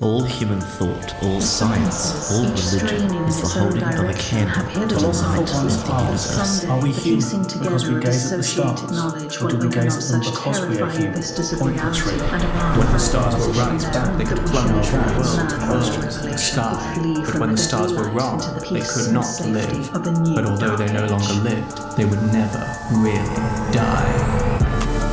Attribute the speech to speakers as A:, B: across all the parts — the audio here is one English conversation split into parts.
A: All human thought, all science, all religion is the holding of a candle to the light
B: Philosopher once
A: of the universe.
B: asked, Are we human because we gaze at the stars? Or do we gaze at them because we are human? Point the tree. When the stars were right, they could plumb the whole world to nostrils and sky. But when the stars were wrong, they could not live. But although they no longer lived, they would never really die.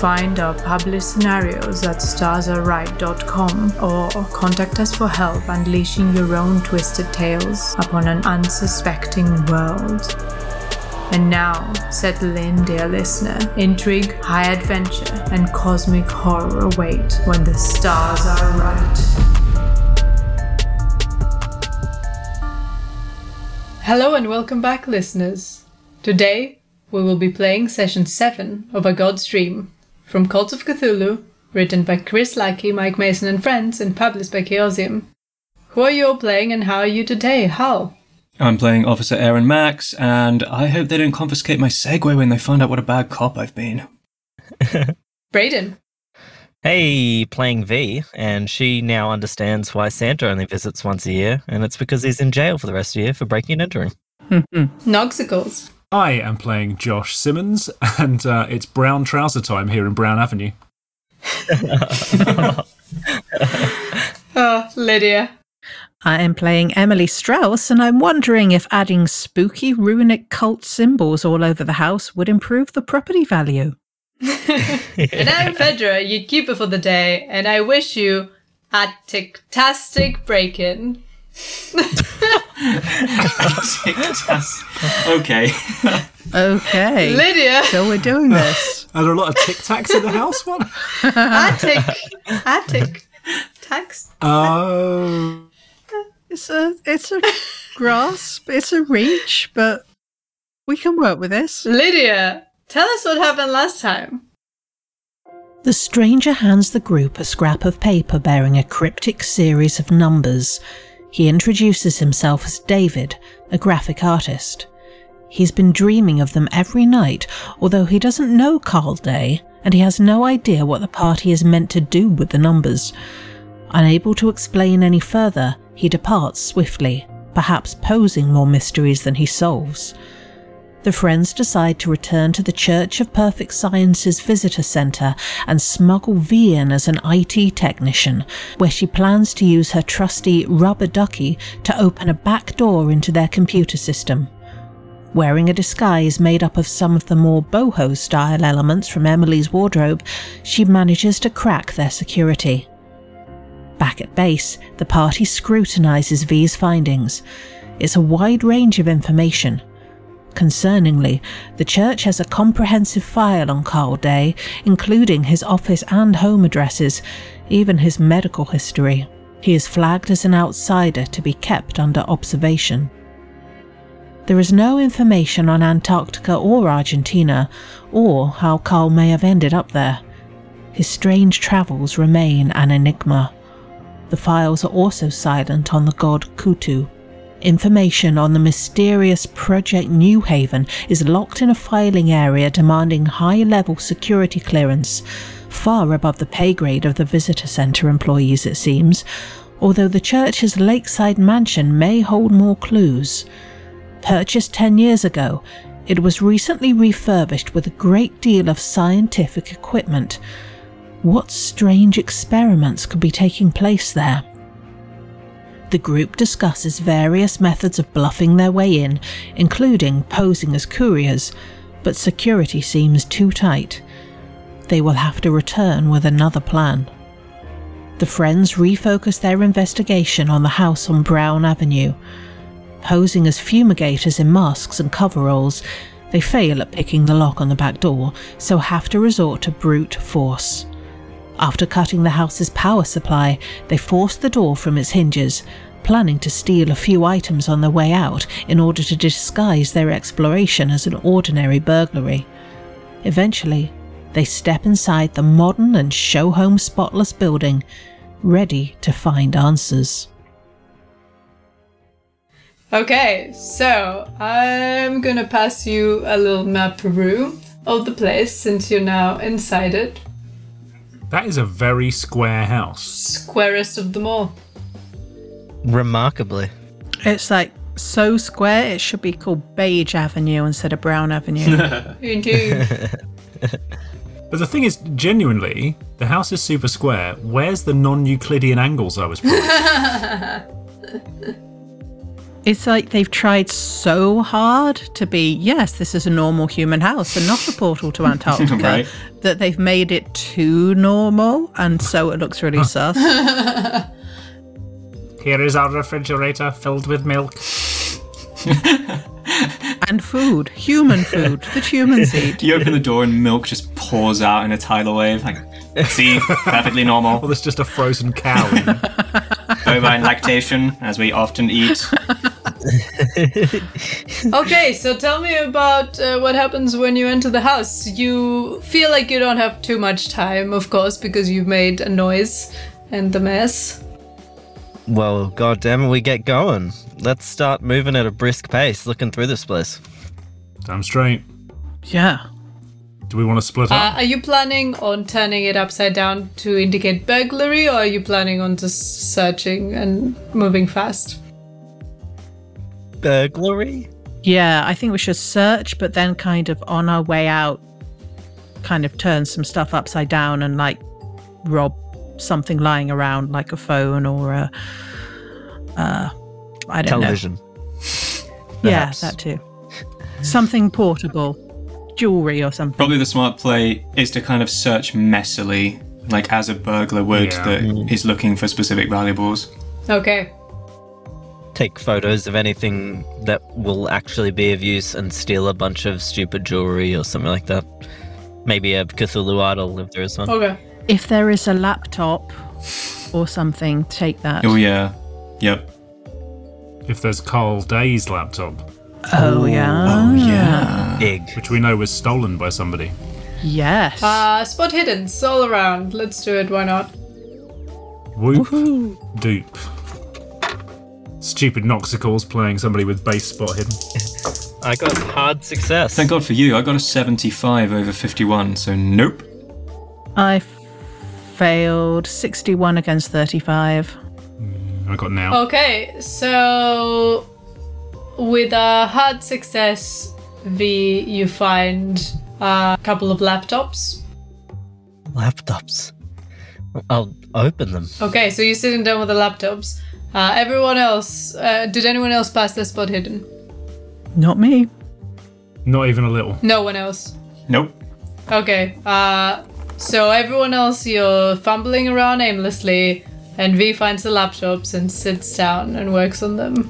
C: Find our published scenarios at starsarright.com or contact us for help unleashing your own twisted tales upon an unsuspecting world. And now, settle in, dear listener. Intrigue, high adventure, and cosmic horror await when the stars are right. Hello and welcome back, listeners. Today, we will be playing session 7 of A God's Dream from Cult of Cthulhu, written by Chris Lackey, Mike Mason, and friends, and published by Chaosium. Who are you all playing and how are you today? How?
B: I'm playing Officer Aaron Max, and I hope they don't confiscate my Segway when they find out what a bad cop I've been.
C: Brayden.
D: Hey, playing V, and she now understands why Santa only visits once a year, and it's because he's in jail for the rest of the year for breaking and entering.
C: Noxicals.
E: I am playing Josh Simmons, and uh, it's brown trouser time here in Brown Avenue.
C: Oh, Lydia.
F: I am playing Emily Strauss, and I'm wondering if adding spooky runic cult symbols all over the house would improve the property value.
C: And I'm Fedra, your keeper for the day, and I wish you a tictastic break in.
A: Okay.
F: Okay.
C: Lydia,
F: so we're doing this.
E: Are there a lot of Tic Tacs in the house? What?
C: attic, attic, tax.
E: Oh,
F: It's a it's a grasp, it's a reach, but we can work with this.
C: Lydia, tell us what happened last time.
G: The stranger hands the group a scrap of paper bearing a cryptic series of numbers. He introduces himself as David, a graphic artist. He's been dreaming of them every night, although he doesn't know Carl Day, and he has no idea what the party is meant to do with the numbers. Unable to explain any further, he departs swiftly, perhaps posing more mysteries than he solves. The friends decide to return to the Church of Perfect Science's visitor center and smuggle V in as an IT technician, where she plans to use her trusty rubber ducky to open a back door into their computer system. Wearing a disguise made up of some of the more boho style elements from Emily's wardrobe, she manages to crack their security. Back at base, the party scrutinizes V's findings. It's a wide range of information, Concerningly, the church has a comprehensive file on Carl Day, including his office and home addresses, even his medical history. He is flagged as an outsider to be kept under observation. There is no information on Antarctica or Argentina, or how Carl may have ended up there. His strange travels remain an enigma. The files are also silent on the god Kutu. Information on the mysterious Project New Haven is locked in a filing area demanding high level security clearance, far above the pay grade of the visitor center employees, it seems, although the church's lakeside mansion may hold more clues. Purchased 10 years ago, it was recently refurbished with a great deal of scientific equipment. What strange experiments could be taking place there? The group discusses various methods of bluffing their way in, including posing as couriers, but security seems too tight. They will have to return with another plan. The friends refocus their investigation on the house on Brown Avenue. Posing as fumigators in masks and coveralls, they fail at picking the lock on the back door, so have to resort to brute force. After cutting the house's power supply, they force the door from its hinges, planning to steal a few items on their way out in order to disguise their exploration as an ordinary burglary. Eventually,
H: they step inside the modern and show home spotless building, ready to find answers.
C: Okay, so I'm gonna pass you a little map room of the place since you're now inside it.
E: That is a very square house.
C: Squarest of them all.
D: Remarkably.
G: It's like so square, it should be called Beige Avenue instead of Brown Avenue.
C: Indeed.
E: But the thing is, genuinely, the house is super square. Where's the non Euclidean angles I was brought?
G: it's like they've tried so hard to be, yes, this is a normal human house and not a portal to Antarctica,
I: Right.
G: that they've made it too normal, and so it looks really sus.
E: Here is our refrigerator filled with milk.
G: And food, human food, that humans eat.
I: You open the door and milk just pours out in a tidal wave. Like, see, perfectly normal.
E: Well, Oh, there's just a frozen cow. In.
I: Bovine lactation, as we often eat.
C: okay, so tell me about uh, what happens when you enter the house. You feel like you don't have too much time, of course, because you've made a noise and the mess.
D: Well, goddamn it, we get going. Let's start moving at a brisk pace, looking through this place.
E: Damn straight.
G: Yeah.
E: Do we want to split
C: Uh,
E: up?
C: are you planning on turning it upside down to indicate burglary, or are you planning on just searching and moving fast?
D: Burglary?
G: Yeah, I think we should search, but then kind of on our way out, kind of turn some stuff upside down and like rob something lying around, like a phone or a. Uh, I don't
D: Television.
G: know. Yeah,
D: perhaps.
G: that too. Something portable, jewelry or something.
I: Probably the smart play is to kind of search messily, like as a burglar would
E: Yeah.
I: that is looking for specific valuables. Oh,
C: Okay.
D: Take photos of anything that will actually be of use and steal a bunch of stupid jewelry or something like that. Maybe a Cthulhu idol if there is one.
C: Okay.
G: If there is a laptop or something, take that.
I: Oh, yeah. Yep.
E: if there's Carl Day's laptop,
G: Oh, yeah.
I: Oh, yeah.
D: Big.
E: which we know was stolen by somebody.
G: Yes.
C: Uh, spot hiddens all around. Let's do it. Why not?
E: Whoop doop. Stupid Noxicals playing somebody with bass spot hidden.
D: I got hard success.
I: Thank God for you. I got a 75 over 51, so nope.
G: I f- failed 61 against 35.
E: I got now.
C: Oh. Okay, so with a hard success, V, you find a couple of laptops.
D: Laptops. I'll open them.
C: Okay, so you're sitting down with the laptops. Uh, everyone else, uh, did anyone else pass their spot hidden?
G: Not me.
E: Not even a little.
C: No one else.
I: Nope.
C: Okay, uh, so everyone else, you're fumbling around aimlessly, and V finds the laptops and sits down and works on them.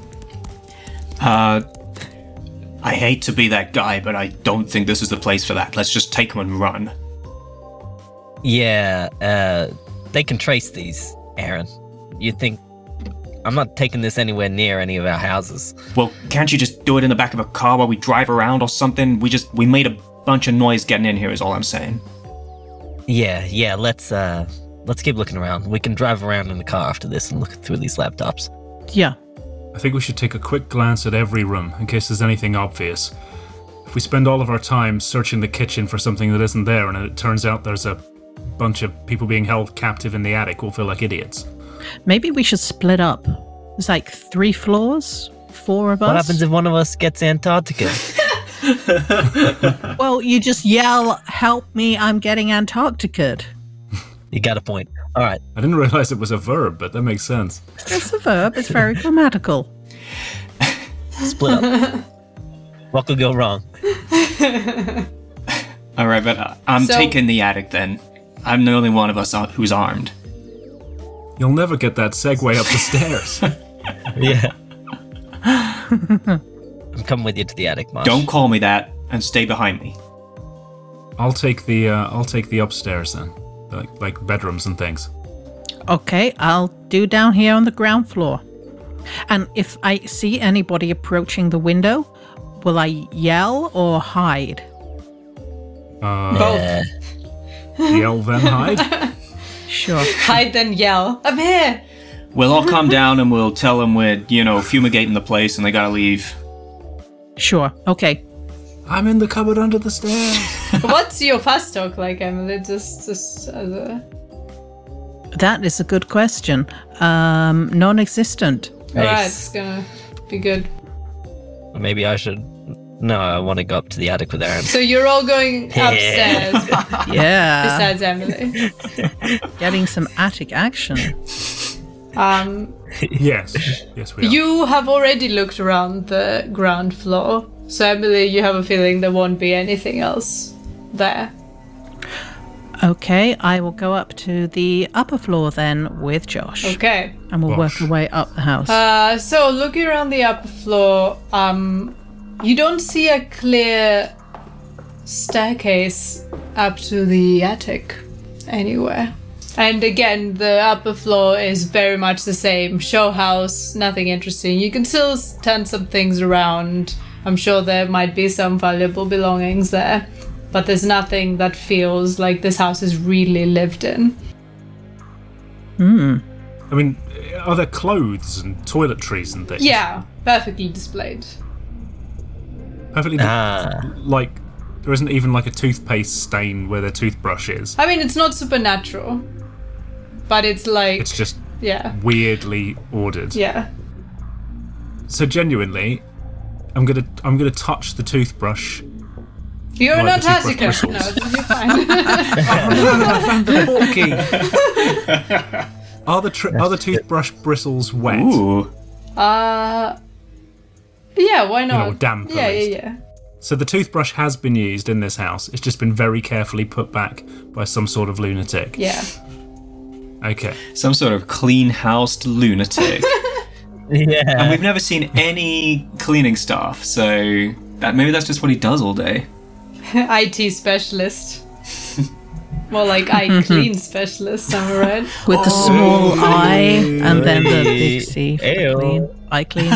I: Uh, I hate to be that guy, but I don't think this is the place for that. Let's just take them and run.
D: Yeah, uh, they can trace these, Aaron. You think I'm not taking this anywhere near any of our houses?
I: Well, can't you just do it in the back of a car while we drive around or something? We just we made a bunch of noise getting in here is all I'm saying.
D: Yeah, yeah. Let's uh, let's keep looking around. We can drive around in the car after this and look through these laptops.
G: Yeah.
E: I think we should take a quick glance at every room in case there's anything obvious. If we spend all of our time searching the kitchen for something that isn't there and it turns out there's a bunch of people being held captive in the attic, we'll feel like idiots.
G: Maybe we should split up. There's like three floors, four of us.
D: What happens if one of us gets Antarctica?
G: well, you just yell, "Help me! I'm getting Antarctica."
D: you got a point. All right.
E: I didn't realize it was a verb, but that makes sense.
G: It's a verb. It's very grammatical.
D: Split up. what could go wrong?
I: All right, but I- I'm
C: So-
I: taking the attic then. I'm the only one of us ar- who's armed.
E: You'll never get that segue up the stairs.
D: Yeah. I'm coming with you to the attic, Marsh.
I: Don't call me that and stay behind me.
E: I'll take the uh, I'll take the upstairs then, like like bedrooms and things.
G: Okay, I'll do down here on the ground floor. And if I see anybody approaching the window, will I yell or hide?
E: Uh,
C: Both.
D: Yeah.
E: Yell then hide.
G: Sure.
C: Hide then yell. I'm here.
I: We'll all calm down and we'll tell them we're, you know, fumigating the place and they gotta leave.
G: Sure. Okay.
E: I'm in the cupboard under the stairs.
C: What's your fast talk like, Emily? Just, just uh, as a.
G: That is a good question. Um, non existent.
C: Alright, it's gonna be good.
D: Maybe I should. No, I want to go up to the attic with Aaron.
C: So you're all going upstairs
G: Yeah.
C: besides Emily.
G: Getting some attic action.
C: Um,
E: yes. Yes, we are.
C: You have already looked around the ground floor, so Emily, you have a feeling there won't be anything else there.
G: Okay, I will go up to the upper floor then with Josh.
C: Okay.
G: And we'll
E: Bosh.
G: work our way up the house.
C: Oh. Uh, so looking around the upper floor, um, you don't see a clear staircase up to the attic anywhere. And again, the upper floor is very much the same show house, nothing interesting. You can still s- turn some things around. I'm sure there might be some valuable belongings there, but there's nothing that feels like this house is really lived in.
E: I mean, are there clothes and toiletries and things?
C: Yeah, perfectly displayed.
E: Perfectly.
D: Ah.
E: Like, there isn't even like a toothpaste stain where their toothbrush is.
C: I mean, it's not supernatural, but it's like,
E: It's just
C: yeah,
E: weirdly ordered.
C: yeah.
E: So genuinely, I'm gonna I'm gonna touch the toothbrush.
C: You're
E: Right,
C: not
E: the toothbrush
C: Hazuka. No,
E: bristles.
C: you're fine.
E: Are the tr- are the toothbrush bristles wet?
I: Ooh.
C: uh, yeah, why not?
E: damp at
C: yeah, yeah,
E: least.
C: yeah.
E: So the toothbrush has been used in this house. It's just been very carefully put back by some sort of lunatic.
C: Yeah.
E: Okay.
I: Some sort of clean housed lunatic.
D: Yeah.
I: and we've never seen any cleaning staff, so that, maybe that's just what he does all day.
C: IT specialist. More like I clean specialist, am I right?
G: with the small eye and then the big C for
D: Ew.
G: clean. Eye clean.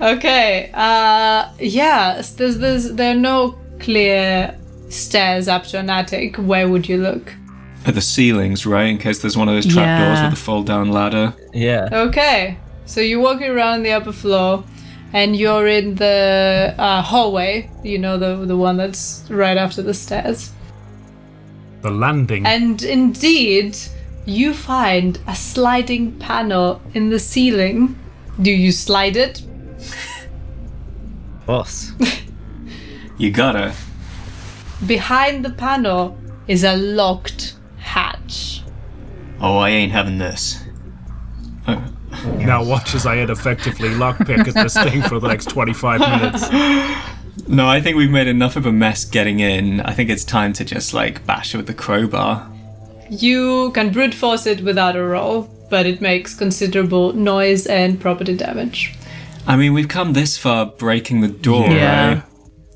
C: Okay. Uh, yeah. s- There's, there's, there are no clear stairs up to an attic. Where would you look?
I: At the ceilings, right? In case there's one of those trapdoors
G: Yeah.
I: with a fold down ladder.
D: Yeah.
C: Okay. So you're walking around the upper floor, and you're in the uh, hallway. You know the the one that's right after the stairs.
E: The landing.
C: And indeed, you find a sliding panel in the ceiling. Do you slide it?
D: Boss.
I: You gotta.
C: Behind the panel is a locked hatch.
I: Oh, I ain't having this. Oh.
E: Now watch as I had effectively lockpick at this thing for the next 25 minutes.
I: No, I think we've made enough of a mess getting in. I think it's time to just like bash it with the crowbar.
C: You can brute force it without a roll, but it makes considerable noise and property damage.
I: I mean, we've come this far breaking the door,
G: Yeah.
I: right?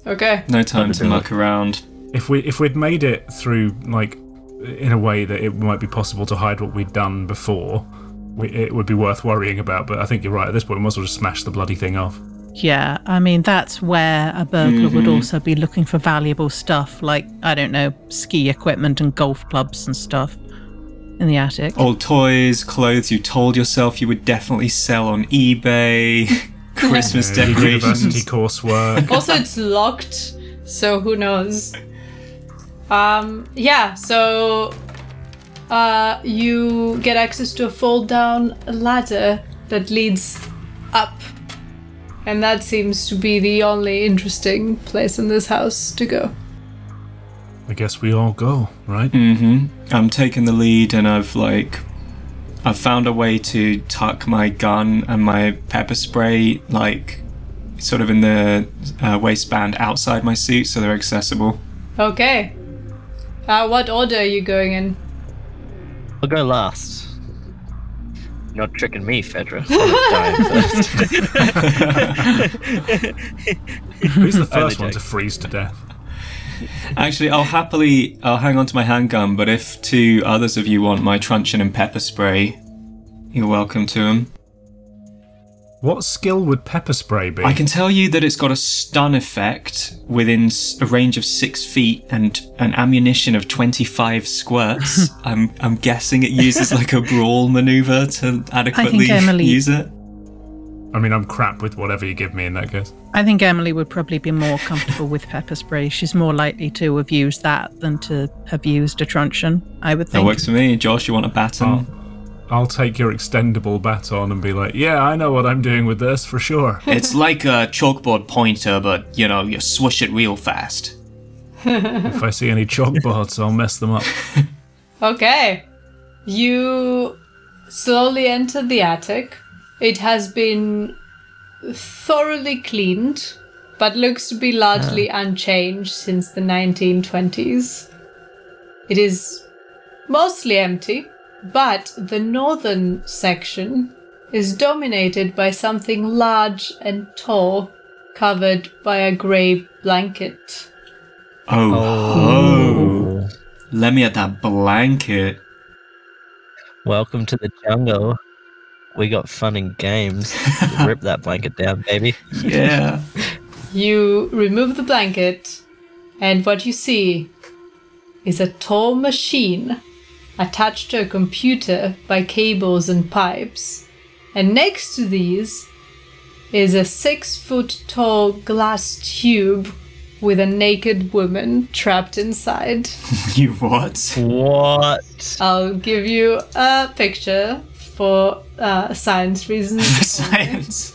C: Okay.
I: No time to muck around.
E: If we if we'd made it through like in a way that it might be possible to hide what we'd done before, we, it would be worth worrying about. But I think you're right. At this point, we might as well just smash the bloody thing off.
G: Yeah, I mean that's where a burglar would
I: Mm-hmm.
G: also be looking for valuable stuff like I don't know, ski equipment and golf clubs and stuff in the attic.
I: Old toys, clothes you told yourself you would definitely sell on eBay, Christmas
E: You know, university
I: decorations.
E: coursework.
C: Also, it's locked, so who knows? Um, yeah, so uh, you get access to a fold down ladder that leads up. And that seems to be the only interesting place in this house to go.
E: I guess we all go, right?
I: I'm taking the lead and I've like. I've found a way to tuck my gun and my pepper spray, like, sort of in the uh, waistband outside my suit so they're accessible.
C: Okay. Uh, what order are you going in?
D: I'll go last. Not tricking me, Fedra. I'm dying first.
E: Who's the
D: Only
E: first one to
D: joke.
E: freeze to death?
I: Actually, I'll happily I'll hang on to my handgun, but if two others of you want my truncheon and pepper spray, you're welcome to them.
E: What skill would pepper spray be?
I: I can tell you that it's got a stun effect within s- a range of six feet and an ammunition of 25 squirts. I'm, I'm guessing it uses like a brawl maneuver to adequately
G: Emily-
I: use it.
E: I mean, I'm crap with whatever you give me in that case.
G: I think Emily would probably be more comfortable with pepper spray. She's more likely to have used that than to have used a truncheon, I would
I: That
G: think.
I: works for me. Josh, you want a baton?
E: I'll take your extendable baton and be like, yeah, I know what I'm doing with this for sure.
I: It's like a chalkboard pointer, but you know, you swish it real fast.
E: if I see any chalkboards, I'll mess them up.
C: Okay. You slowly enter the attic. It has been thoroughly cleaned, but looks to be largely unchanged since the 1920s. It is mostly empty, but the northern section is dominated by something large and tall, covered by a grey blanket.
I: Oh,
D: Oh.
I: ho. let me at that blanket.
D: Welcome to the jungle. We got fun and games. Rip that blanket down, baby.
I: Yeah.
C: You remove the blanket, and what you see is a tall machine attached to a computer by cables and pipes. And next to these is a six foot tall glass tube with a naked woman trapped inside.
I: you what?
D: What?
C: I'll give you a picture for uh, science reasons.
I: Science.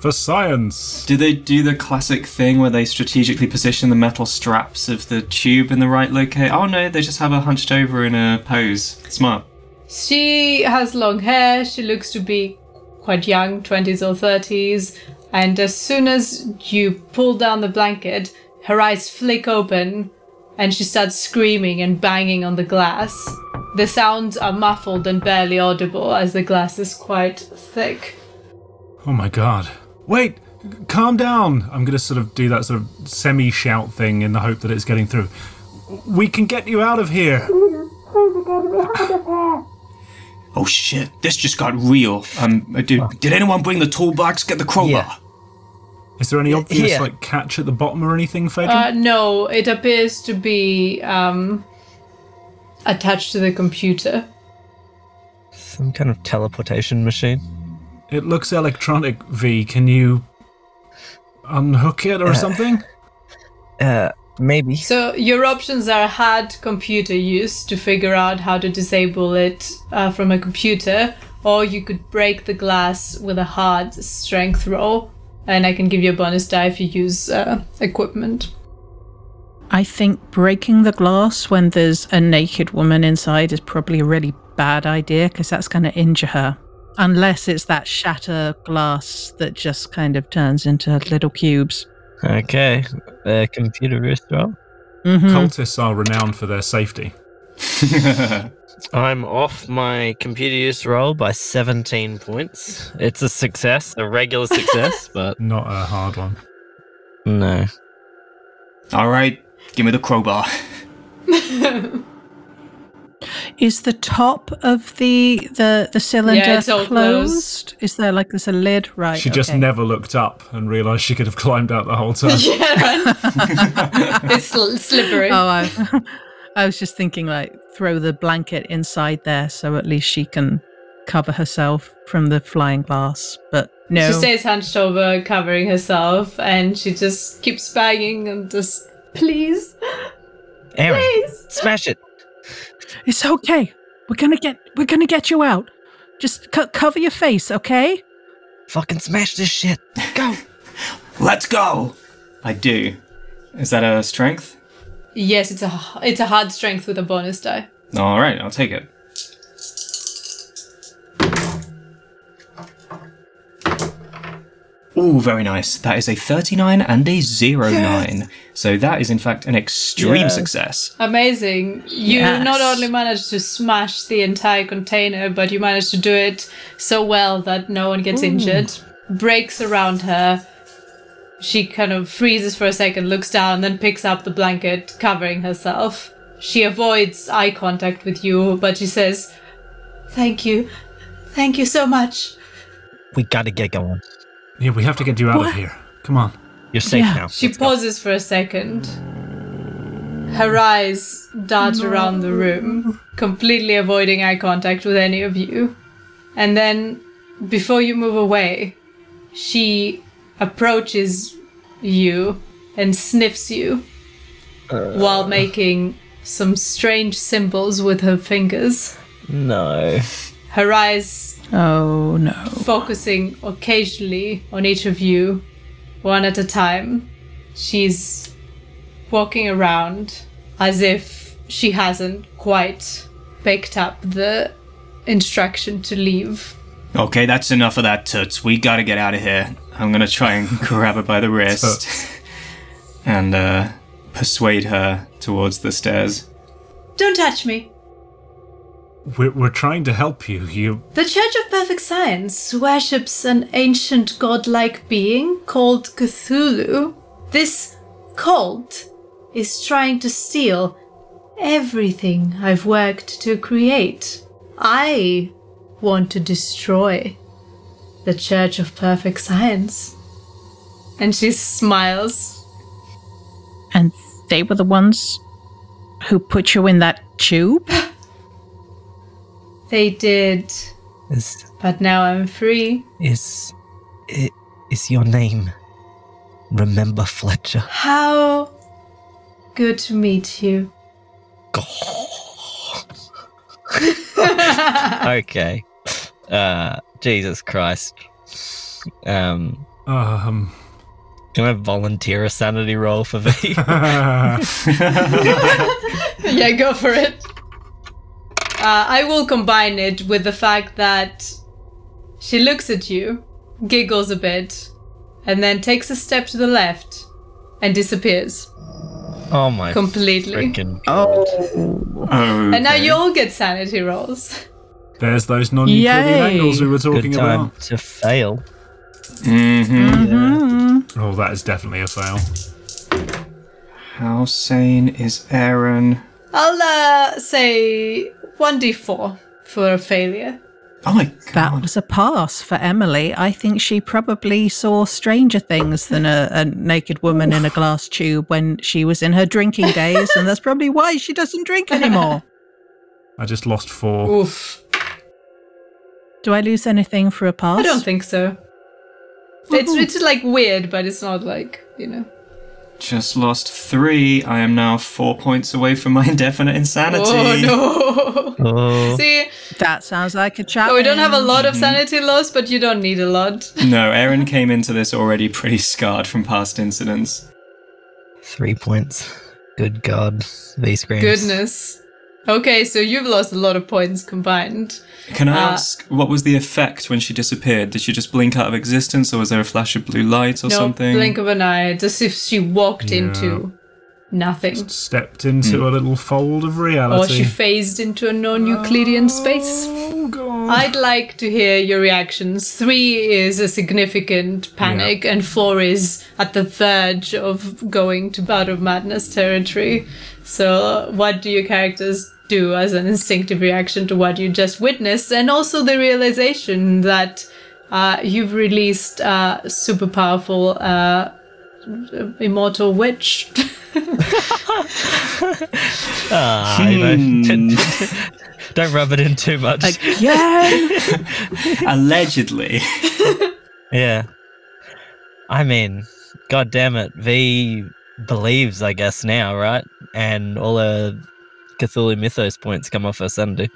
E: For science!
I: Do they do the classic thing where they strategically position the metal straps of the tube in the right location? Oh no, they just have her hunched over in a pose. Smart.
C: She has long hair. She looks to be quite young, 20s or 30s. And as soon as you pull down the blanket, her eyes flick open and she starts screaming and banging on the glass. The sounds are muffled and barely audible as the glass is quite thick.
E: Oh my god. Wait! Calm down! I'm gonna sort of do that sort of semi shout thing in the hope that it's getting through. We can get you out of here!
I: Oh shit, this just got real. Um, dude, did anyone bring the toolbox? Get the crowbar.
D: Yeah.
E: Is there any obvious
D: Yeah.
E: like catch at the bottom or anything, Fagan?
C: Uh, no, it appears to be um, attached to the computer.
D: Some kind of teleportation machine.
E: it looks electronic, V. Can you unhook it or something?
D: Uh, maybe.
C: So your options are hard computer use to figure out how to disable it uh, from a computer, or you could break the glass with a hard strength roll, and I can give you a bonus die if you use uh, equipment.
G: I think breaking the glass when there's a naked woman inside is probably a really bad idea because that's going to injure her. Unless it's that shatter glass that just kind of turns into little cubes.
D: Okay. Uh, computer wrist roll.
G: mm-hmm.
E: Cultists are renowned for their safety.
D: I'm off my computer use roll by 17 points. It's a success, a regular success, but
E: Not a hard one.
D: no.
I: All right, give me the crowbar.
G: Is the top of the the, the cylinder
C: it's all
G: closed? Is there like there's a lid? Right.
E: She just
G: okay.
E: never looked up and realized she could have climbed out the whole time.
C: It's sl- slippery.
G: Oh, I, I was just thinking like throw the blanket inside there so at least she can cover herself from the flying glass. But no,
C: She stays hunched over, covering herself, and she just keeps banging and just, please,
D: Aaron,
C: please.
D: smash it.
G: it's okay. We're gonna get we're gonna get you out. Just co- cover your face, okay?
D: Fucking smash this shit. Go.
I: Let's go. I do. Is that a strength?
C: Yes, it's a h- it's a hard strength with a bonus die.
I: All right, I'll take it. Ooh, very nice. That is a 39 and a 09. So that is, in fact, an extreme
D: Yes.
I: success.
C: Amazing. You
G: Yes.
C: not only managed to smash the entire container, but you managed to do it so well that no one gets injured. Breaks around her. She kind of freezes for a second, looks down, then picks up the blanket, covering herself. She avoids eye contact with you, but she says, Thank you. Thank you so much.
D: We gotta get going.
E: Yeah, we have to get you out of here. Come on.
D: You're safe
G: Yeah.
D: now.
C: She
D: Let's go.
C: pauses for a second. Her eyes dart around the room, completely avoiding eye contact with any of you. And then, before you move away, she approaches you and sniffs you
D: Uh.
C: while making some strange symbols with her fingers.
D: No.
C: Her eyes
G: Oh no.
C: focusing occasionally on each of you, one at a time. She's walking around as if she hasn't quite picked up the instruction to leave.
I: Okay, that's enough of that, Toots. We gotta get out of here. I'm gonna try and grab her by the wrist and uh, persuade her towards the stairs.
C: Don't touch me.
E: We're, we're trying to help you. You.
C: The Church of Perfect Science worships an ancient godlike being called Cthulhu. This cult is trying to steal everything I've worked to create. I want to destroy the Church of Perfect Science. And she smiles.
G: And they were the ones who put you in that tube?
C: They did,
D: Is
C: but now I'm free.
D: is i- is your name? Remember Fletcher.
C: How good to meet you.
D: okay. Uh, Jesus Christ. Um,
E: Um.
D: can I volunteer a sanity roll for V?
C: Yeah, go for it. Uh, I will combine it with the fact that she looks at you, giggles a bit, and then takes a step to the left and disappears
D: oh my
C: completely.
D: freaking!
I: Oh,
C: And now you all get sanity rolls.
E: There's those non-Euclidean
G: Yay.
E: angles we were
D: Good
E: talking
D: time
E: about.
D: to fail.
E: Oh, that is definitely a fail.
I: How sane is Aaron?
C: I'll uh, say 1d4 for a failure.
I: Oh my
G: That
I: god.
G: was a pass for Emily. I think she probably saw stranger things than a, a naked woman in a glass tube when she was in her drinking days, and that's probably why she doesn't drink anymore.
E: I just lost four.
D: Oh,
C: Oof.
G: Do I lose anything for a pass?
C: I don't think so. It's, it's like weird, but it's not like, you know.
I: Just lost three. I am now four points away from my indefinite insanity.
C: Oh no!
D: Oh,
C: See,
G: That sounds like a chat.
C: Oh, we don't have a lot of sanity loss, but you don't need a lot.
I: No, Aaron came into this already pretty scarred from past incidents.
D: three points. Good God, V screams.
C: Goodness. Okay, so you've lost a lot of points combined.
I: Can I
C: Uh,
I: ask what was the effect when she disappeared? Did she just blink out of existence, or was there a flash of blue light or
C: no
I: something?
C: blink of an eye. It's as if she walked
E: Yeah.
C: into nothing.
E: Stepped into a little fold of
C: Or she
E: reality.
C: phased into a non Euclidean space.
E: oh god.
C: I'd like to hear your reactions. Three is a significant panic, and four is at the verge of going to battle madness territory. So, what do your characters do as an instinctive reaction to what you just witnessed, and also the realization that uh, you've released a super powerful uh, immortal witch?
D: Ah, you
I: Hmm.
D: know, don't rub it in too much.
G: Yeah.
I: Allegedly.
D: Yeah. I mean, god damn it. V believes, I guess, now, right? And all her Cthulhu Mythos points come off her Sunday.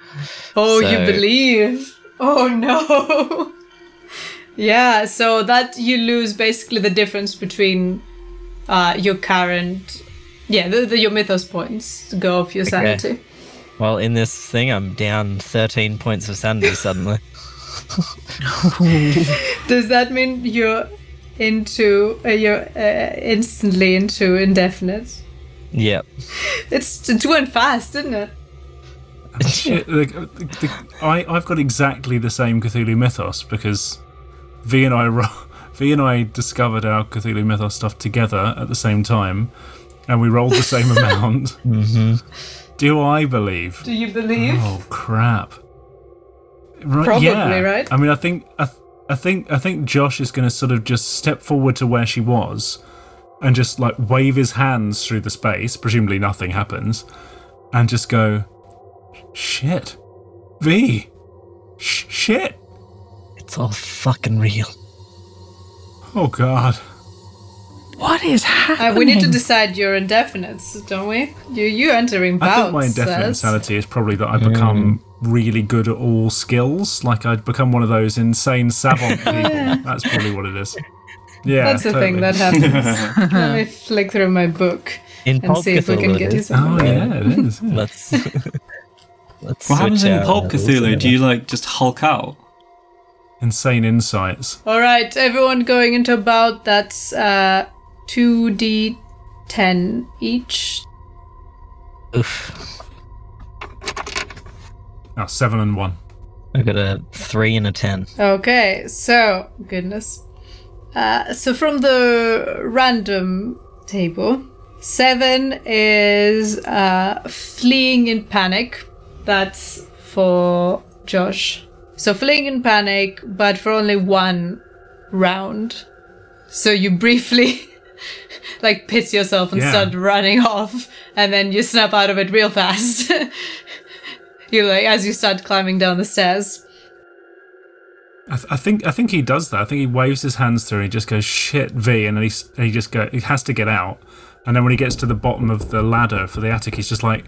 C: Oh, you
D: So-
C: believe? Oh no. yeah, so that you lose basically the difference between uh, your current, yeah, the, the, your mythos points to go off your sanity.
D: Well, in this thing, I'm down 13 points of Sunday suddenly.
C: Does that mean you're into uh, you're uh, instantly into indefinite?
D: yep.
C: It's it went fast, didn't it?
E: Yeah, like, uh, the- the- I, I've got exactly the same Cthulhu mythos because V and I ro- V and I discovered our Cthulhu mythos stuff together at the same time, and we rolled the same amount. Mm-hmm. Do I believe?
C: Do you believe?
E: Oh crap! Right,
C: Probably,
E: yeah.
C: right?
E: I mean, I think I, th- I think I think Josh is going to sort of just step forward to where she was, and just like wave his hands through the space. Presumably nothing happens, and just go, shit, V, Sh- shit.
D: It's all fucking real.
E: Oh god.
G: What is happening?
C: Uh, we need to decide your indefinites, don't we? You you entering bouts.
E: I think my indefinite
C: says.
E: sanity is probably that I become really good at all skills. Like I'd become one of those insane savant people. That's probably what it is. Yeah,
C: That's the thing
E: totally.
C: that happens. Let me flick through my book
D: In
C: and
D: Pulp
C: see if we can
D: Cthulhu,
C: get
D: it
C: you
D: is.
C: something.
E: Oh yeah, it is. yeah.
D: Let's let's.
I: What happens
D: switch
I: in
D: out
I: Pulp
D: levels
I: Cthulhu?
D: and
I: Do you like just hulk out?
E: Insane insights.
C: All right, everyone going into a bout. That's uh, 2d10 each.
D: Oof.
E: Oh, seven and one.
D: I got a three and a ten.
C: Okay, so goodness. Uh, so from the random table, seven is uh, fleeing in panic. That's for Josh. So fleeing in panic, but for only one round. So you briefly. Like piss yourself and
E: Yeah.
C: start running off, and then you snap out of it real fast. you like as you start climbing down the stairs.
E: I, th- I think I think he does that. I think he waves his hands through and he just goes shit V, and then he s- and he just go. He has to get out, and then when he gets to the bottom of the ladder for the attic, he's just like,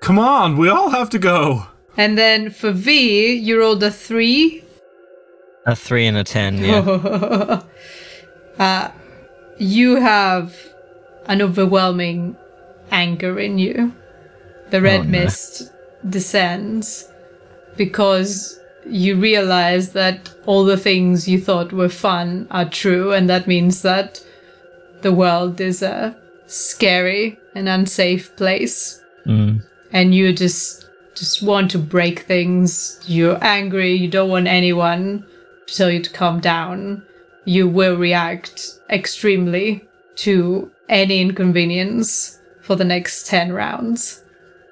E: "Come on, we all have to go."
C: And then for V, you rolled a three.
D: A three and a ten. Yeah.
C: uh, you have an overwhelming anger in you. The red
D: Oh, no.
C: mist descends because you realize that all the things you thought were fun are true, and that means that the world is a scary and unsafe place.
D: Mm.
C: and you just just want to break things. You're angry. You don't want anyone to tell you to calm down. You will react extremely to any inconvenience for the next ten rounds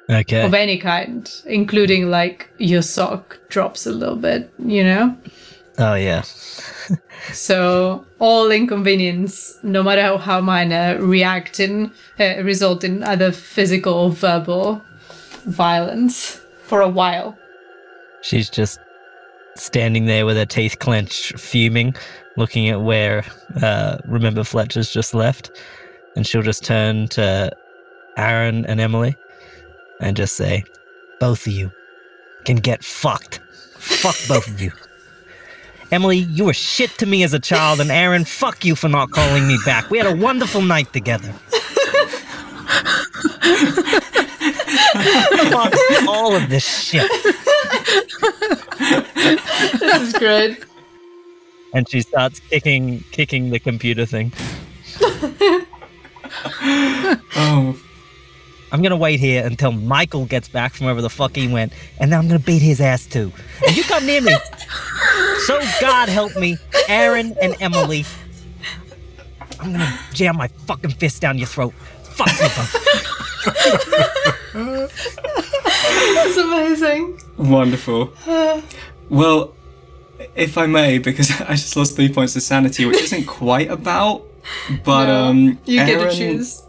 D: Okay.
C: of any kind, including like your sock drops a little bit. You know.
D: Oh yeah.
C: So all inconvenience, no matter how, how minor, react in uh, result in either physical or verbal violence for a while.
D: She's just standing there with her teeth clenched, fuming, looking at where uh, remember Fletcher's just left, and she'll just turn to Aaron and Emily and just say, "Both of you can get fucked. Fuck both of you." Emily, you were shit to me as a child, and Aaron, fuck you for not calling me back. We had a wonderful night together. fuck all of this shit.
C: This is great.
D: and she starts kicking kicking the computer thing.
I: Oh,
D: I'm gonna wait here until Michael gets back from wherever the fuck he went, and then I'm gonna beat his ass too. And you come near me. So God help me, Aaron and Emily. I'm gonna jam my fucking fist down your throat. Fuck you both.
C: That's amazing.
I: wonderful. Well, if I may, because I just lost three points of sanity, which isn't quite about. But um,
C: you get
I: Aaron-
C: to choose.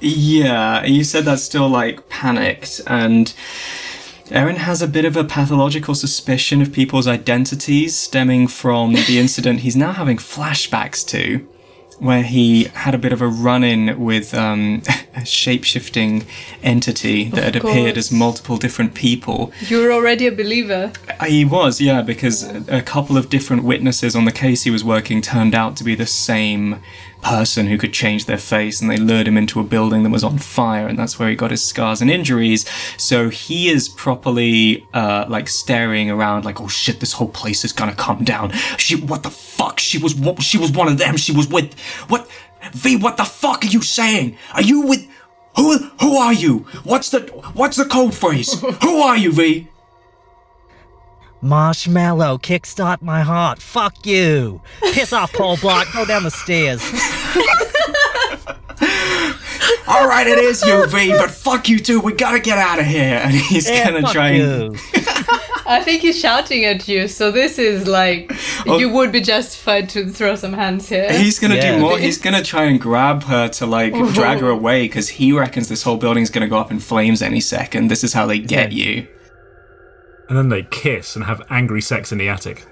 I: Yeah, you said that's still like panicked, and Erin has a bit of a pathological suspicion of people's identities stemming from the incident he's now having flashbacks to, where he had a bit of a run in with um, a shape shifting entity that had appeared as
C: course.
I: multiple different people.
C: You're already a believer.
I: He was, yeah, because a couple of different witnesses on the case he was working turned out to be the same person who could change their face, and they lured him into a building that was on fire, and that's where he got his scars and injuries. So he is properly uh, like staring around, like, "Oh shit, this whole place is gonna come down." She, what the fuck? She was, wa- she was one of them. She was with what? V, what the fuck are you saying? Are you with? Who, who are you? What's the, what's the code phrase? who are you, V?
D: Marshmallow, kickstart my heart. Fuck you. Piss off, Paul Block. Go down the stairs.
I: all right, it is UV, but fuck you too. We gotta get out of here. And he's
D: Yeah,
I: gonna
D: fuck
I: try and
D: you.
C: I think he's shouting at you, so this is like
I: Oh.
C: you would be justified to throw some hands here.
I: He's gonna
D: Yeah.
I: do more. He's gonna try and grab her to like drag her away because he reckons this whole building's gonna go up in flames any second. This is how they get you.
E: And then they kiss and have angry sex in the attic.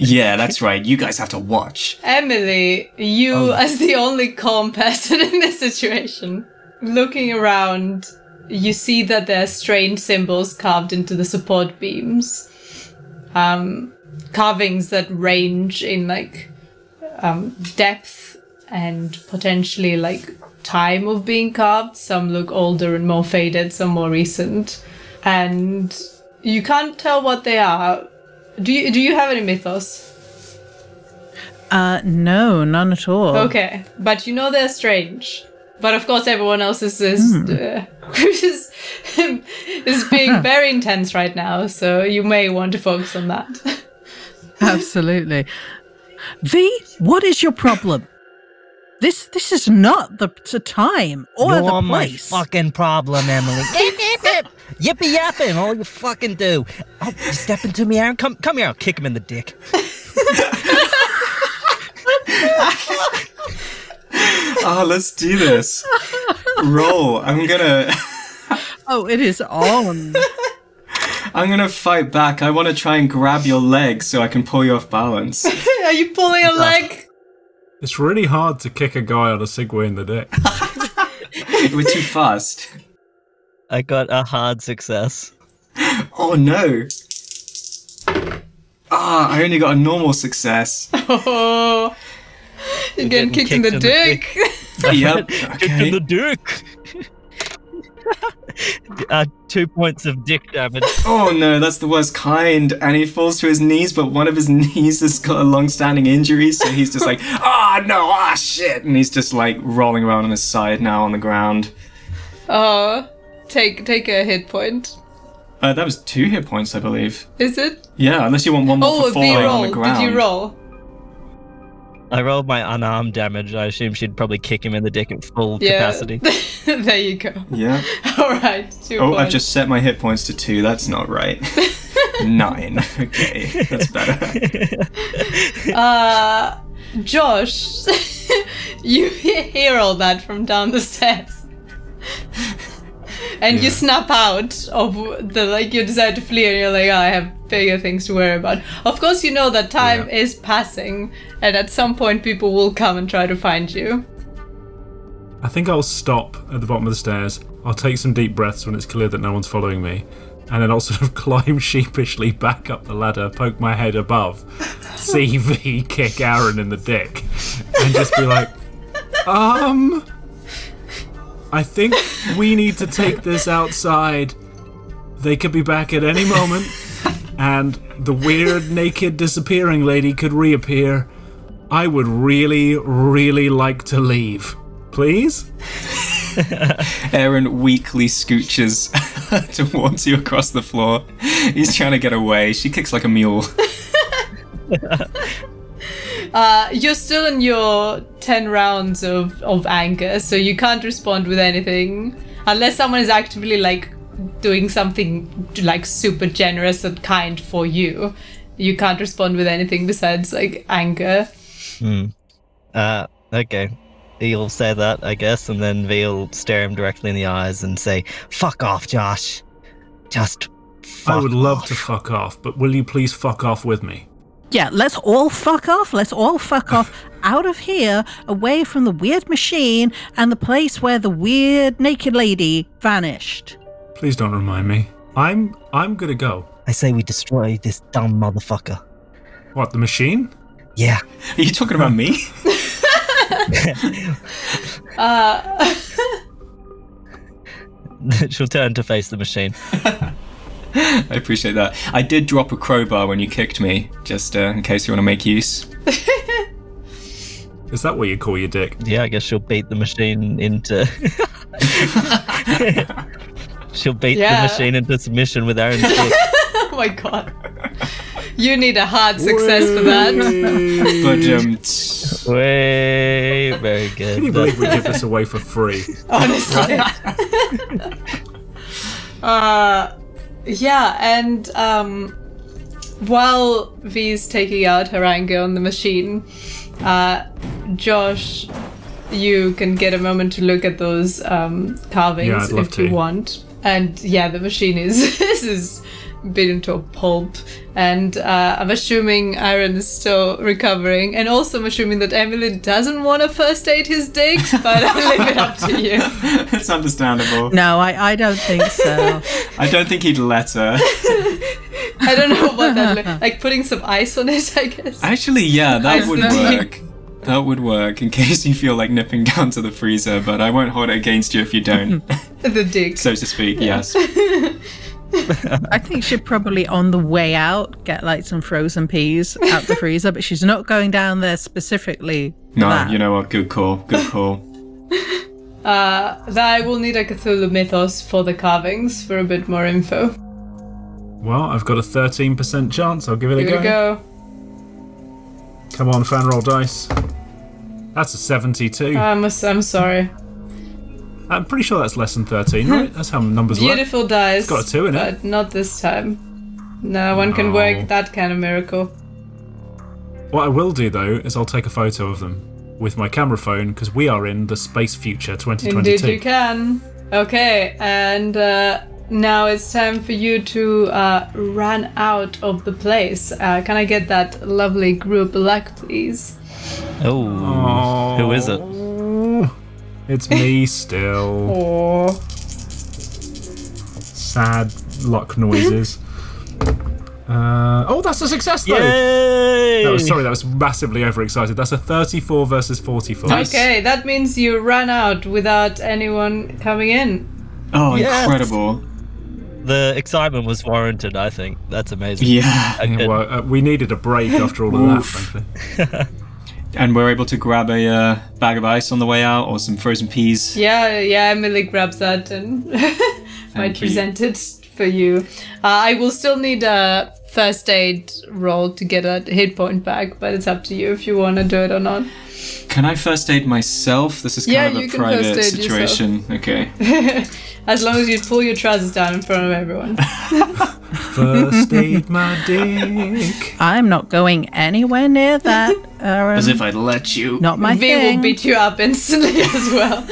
I: Yeah, that's right. You guys have to watch.
C: Emily, you as the only calm person in this situation, looking around, you see that there are strange symbols carved into the support beams. Um, carvings that range in like um, depth and potentially like time of being carved. Some look older and more faded, some more recent. And you can't tell what they are. Do you, do you have any mythos?
G: Uh, no, none at all.
I: Um,
C: Okay, but you know they're strange. But of course, everyone else is is,
I: Hmm.
C: uh, is, is being very intense right now. So you may want to focus on that.
G: Absolutely. V, what is your problem? This this is not the, the time or
D: You're
G: the
D: my
G: place.
D: fucking problem, Emily. Yip, yip, yip. Yippee yapping, all you fucking do. Oh, you step into me, Aaron. Come, come here. I'll kick him in the dick.
I: Ah, let's do this. Roll. I'm gonna.
G: Oh, it is on.
I: I'm gonna fight back. I want to try and grab your leg so I can pull you off balance.
C: Are you pulling a leg?
E: It's really hard to kick a guy on a Segway in the dick.
I: We're too fast.
D: I got a hard success.
I: Oh no. Ah, I only got a normal success.
C: Oh, you're getting, kicked, in the
D: kicked
C: dick.
I: yep.
D: Kicked in the
I: Okay.
D: dick. uh, two points of dick damage.
I: Oh no, that's the worst kind. And he falls to his knees, but one of his knees has got a long-standing injury, so he's just like, ah no, ah shit, and he's just like rolling around on his side now on the ground.
C: oh, take take a hit point.
I: Uh, that was two hit points, I believe.
C: Is it?
I: Yeah, unless you want one more
C: Oh,
I: for
C: a
I: falling
C: V
I: on the
C: roll.
I: ground.
C: Did you roll?
D: I rolled my unarmed damage. I assume she'd probably kick him in the dick at full capacity.
C: there you go.
I: Yeah.
C: All right. Two
I: Oh, I've
C: points.
I: just set my hit points to two. That's not right. Nine. Okay, that's better.
C: Uh, Josh, you he- hear all that from down the stairs. And you snap out of the like you decide to flee and you're like, "Oh, I have bigger things to worry about. Of course you know that time is passing and at some point people will come and try to find you.
E: I think I'll stop at the bottom of the stairs. I'll take some deep breaths when it's clear that no one's following me. And then I'll sort of climb sheepishly back up the ladder, poke my head above, CV kick Aaron in the dick, and just be like, um, I think we need to take this outside. They could be back at any moment, and the weird naked disappearing lady could reappear. I would really, really like to leave. Please?
I: Aaron weakly scooches towards you across the floor. He's trying to get away. She kicks like a mule.
C: Uh, you're still in your 10 rounds of, of anger, so you can't respond with anything unless someone is actively like doing something like super generous and kind for you. You can't respond with anything besides like anger.
D: Uh, okay. He'll say that, I guess, and then V'll stare him directly in the eyes and say, "Fuck off, Josh. Just." Fuck
E: I would love
D: off."
E: to fuck off, but will you please fuck off with me?
G: yeah, let's all fuck off. Let's all fuck off out of here, away from the weird machine and the place where the weird naked lady vanished.
E: Please don't remind me. I'm I'm gonna go.
D: I say we destroy this dumb motherfucker.
E: What, the machine?
D: Yeah.
I: Are you talking about me?
C: Uh,
D: She'll turn to face the machine.
I: I appreciate that. I did drop a crowbar when you kicked me, just uh, in case you want to make use.
E: Is that what you call your dick?
D: Yeah, I guess she'll beat the machine into. she'll beat
C: Yeah.
D: the machine into submission with Aaron's dick.
C: oh my god. You need a hard success for that.
I: But um,
D: Way very
E: Can you
D: good.
E: believe we give this away for free?
C: Honestly. uh, Yeah, and um, while V's taking out her anger on the machine, uh, Josh, you can get a moment to look at those um,
E: Yeah,
C: carvings
E: I'd love
C: if you
E: to.
C: want. And yeah, the machine is this is bitten to a pulp, and uh, I'm assuming Aaron is still recovering, and also I'm assuming that Emily doesn't want to first aid his dick, but I leave it up to you.
I: it's understandable.
G: No, I, I don't think so.
I: I don't think he'd let her.
C: I don't know what that look like. Putting some ice on it, I guess.
I: Actually, yeah, that
C: Nice
I: would
C: knowing.
I: work. That would work in case you feel like nipping down to the freezer, but I won't hold it against you if you don't,
C: The dick.
I: so to speak, yes.
G: I think she'd probably on the way out get like some frozen peas out the freezer, but she's not going down there specifically. for
I: No,
G: that.
I: you know what? Good call. Good call.
C: Uh, that I will need a Cthulhu mythos for the carvings for a bit more info.
E: Well, I've got a 13% chance. I'll give it a
C: Here
E: go.
C: we go.
E: Come on, fan roll dice. That's a 72.
C: I'm, s- I'm sorry.
E: I'm pretty sure that's less than 13, right? That's how numbers work.
C: Beautiful dice.
E: got a two in it.
C: But not this time. No, one can
E: No.
C: work that kind of miracle.
E: What I will do, though, is I'll take a photo of them with my camera phone because we are in the space future 2022.
C: Indeed, you can. Okay, and uh, now it's time for you to uh, run out of the place. Uh, can I get that lovely group luck, please?
D: Oh, who is it?
E: It's me still.
C: Or
E: Sad luck noises. Uh, oh, that's a success, though!
D: Yay!
E: That was, sorry, that was massively overexcited. That's a 34 versus 44.
C: okay, that means you run out without anyone coming in.
I: Oh,
D: Yes.
I: incredible.
D: The excitement was warranted, I think. That's amazing.
I: Yeah.
E: Yeah, well, uh, we needed a break after all of that,
I: Oof.
E: frankly.
I: And we're able to grab a uh, bag of ice on the way out or some frozen peas.
C: Yeah, yeah, Emily grabs that and might
I: you.
C: present it for you. Uh, I will still need a first aid roll to get a hit point back, but it's up to you if you want to do it or not.
I: Can I first aid myself? This is kind
C: Yeah,
I: of a
C: you can
I: private
C: first aid yourself.
I: situation. Okay.
C: As long as you pull your trousers down in front of everyone.
E: First aid, my dick.
G: I'm not going anywhere near that. Aaron.
I: As if I'd let you.
G: not my
C: V
G: thing.
C: will beat you up instantly as well.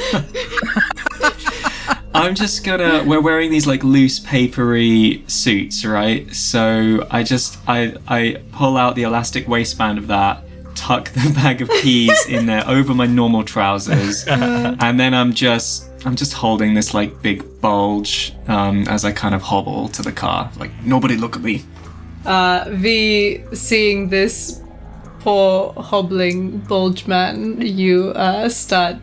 I: I'm just gonna. We're wearing these like loose, papery suits, right? So I just I I pull out the elastic waistband of that, tuck the bag of peas in there over my normal trousers,
C: Uh-huh.
I: and then I'm just I'm just holding this like big bulge um, as I kind of hobble to the car. Like nobody look at me.
C: Uh, v, seeing this poor hobbling bulge man, you uh, start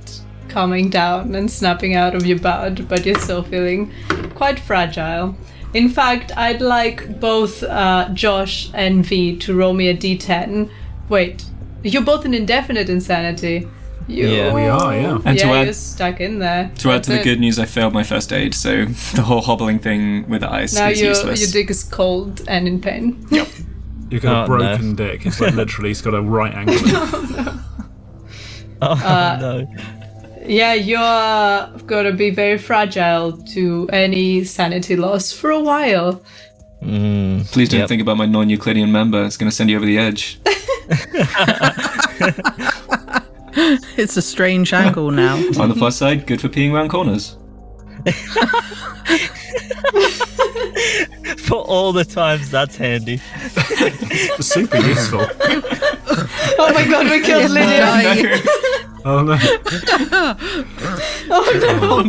C: calming down and snapping out of your bout, but you're still feeling quite fragile. In fact, I'd like both uh, Josh and V to roll me a d10. Wait, you're both in indefinite insanity. You,
D: Yeah. Oh,
E: We are, yeah.
I: And to
C: yeah,
I: add-
C: you're stuck in there.
I: To add to the
C: That's it.
I: good news, I failed my first aid, so the whole hobbling thing with the ice
C: Now
I: is
C: your
I: useless.
C: your dick is cold and in pain.
E: You've got a
D: Oh,
E: broken dick. It's like literally, it's got a right angle.
D: Oh, no.
C: Yeah, you're gonna be very fragile to any sanity loss for a while.
I: Please don't
D: Yep.
I: think about my non-Euclidean member. It's going to send you over the edge.
G: it's a strange angle now.
I: On the plus side, good for peeing around corners.
D: For all the times, that's handy.
E: It's super useful.
C: Oh my god, we killed Lydia!
E: Oh no.
C: Oh no!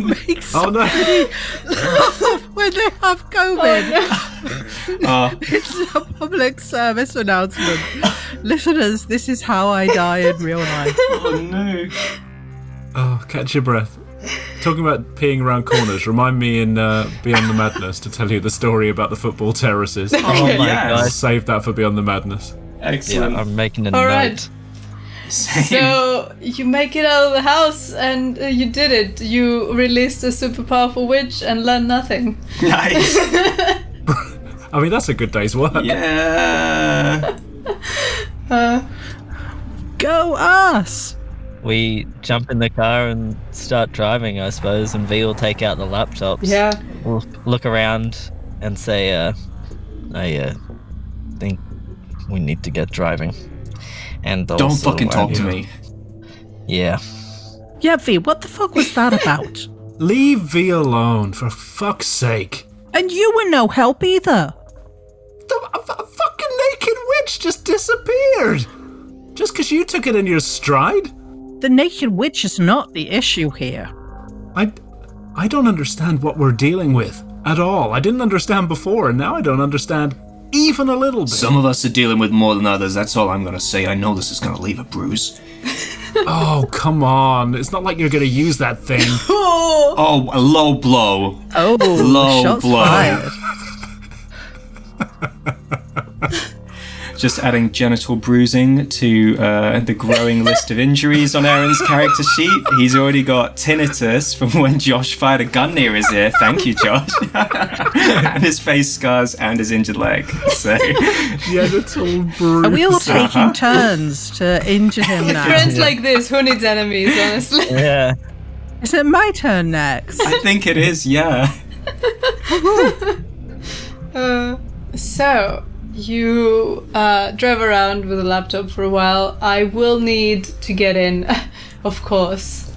E: Oh no.
G: when they have COVID,
I: Ah.
G: it's a public service announcement. Listeners, this is how I die in real life.
I: Oh no.
E: Oh, catch your breath. Talking about peeing around corners, remind me in uh, Beyond the Madness to tell you the story about the football terraces.
D: Oh my
E: I'll
I: yes.
E: save that for Beyond the Madness.
D: Yeah,
I: Excellent.
D: I'm making a
C: All
D: note.
C: right. So you make it out of the house, and uh, you did it. You released a super powerful witch and learned nothing.
I: nice.
E: I mean, that's a good day's work.
I: Yeah.
G: Go us!
D: We jump in the car and start driving, I suppose, and V will take out the laptops.
C: Yeah.
D: We'll look around and say, uh, I uh, think we need to get driving. And
I: Don't
D: also,
I: fucking
D: uh,
I: talk to me.
D: Yeah.
G: Yeah, V, what the fuck was that about?
E: Leave V alone, for fuck's sake.
G: and you were no help either.
E: The a, a fucking naked witch just disappeared. Just because you took it in your stride.
G: The naked witch is not the issue here.
E: I, I don't understand what we're dealing with at all. I didn't understand before, and now I don't understand even a little bit.
I: Some of us are dealing with more than others. That's all I'm gonna say. I know this is gonna leave a bruise.
E: oh, come on. It's not like you're going to use that thing.
I: Oh, a low blow.
G: Oh,
I: Low
G: shots
I: blow.
G: fired.
I: Just adding genital bruising to uh, the growing list of injuries on Aaron's character sheet. He's already got tinnitus from when Josh fired a gun near his ear. Thank you, Josh. and his face scars and his injured leg. So
E: Genital bruise.
G: Are we all taking turns to injure him now?
C: Friends like this, who needs enemies, honestly?
D: Yeah.
G: Is it my turn next?
I: I think it is, yeah.
C: Uh, so you uh, drive around with a laptop for a while. I will need to get in, of course,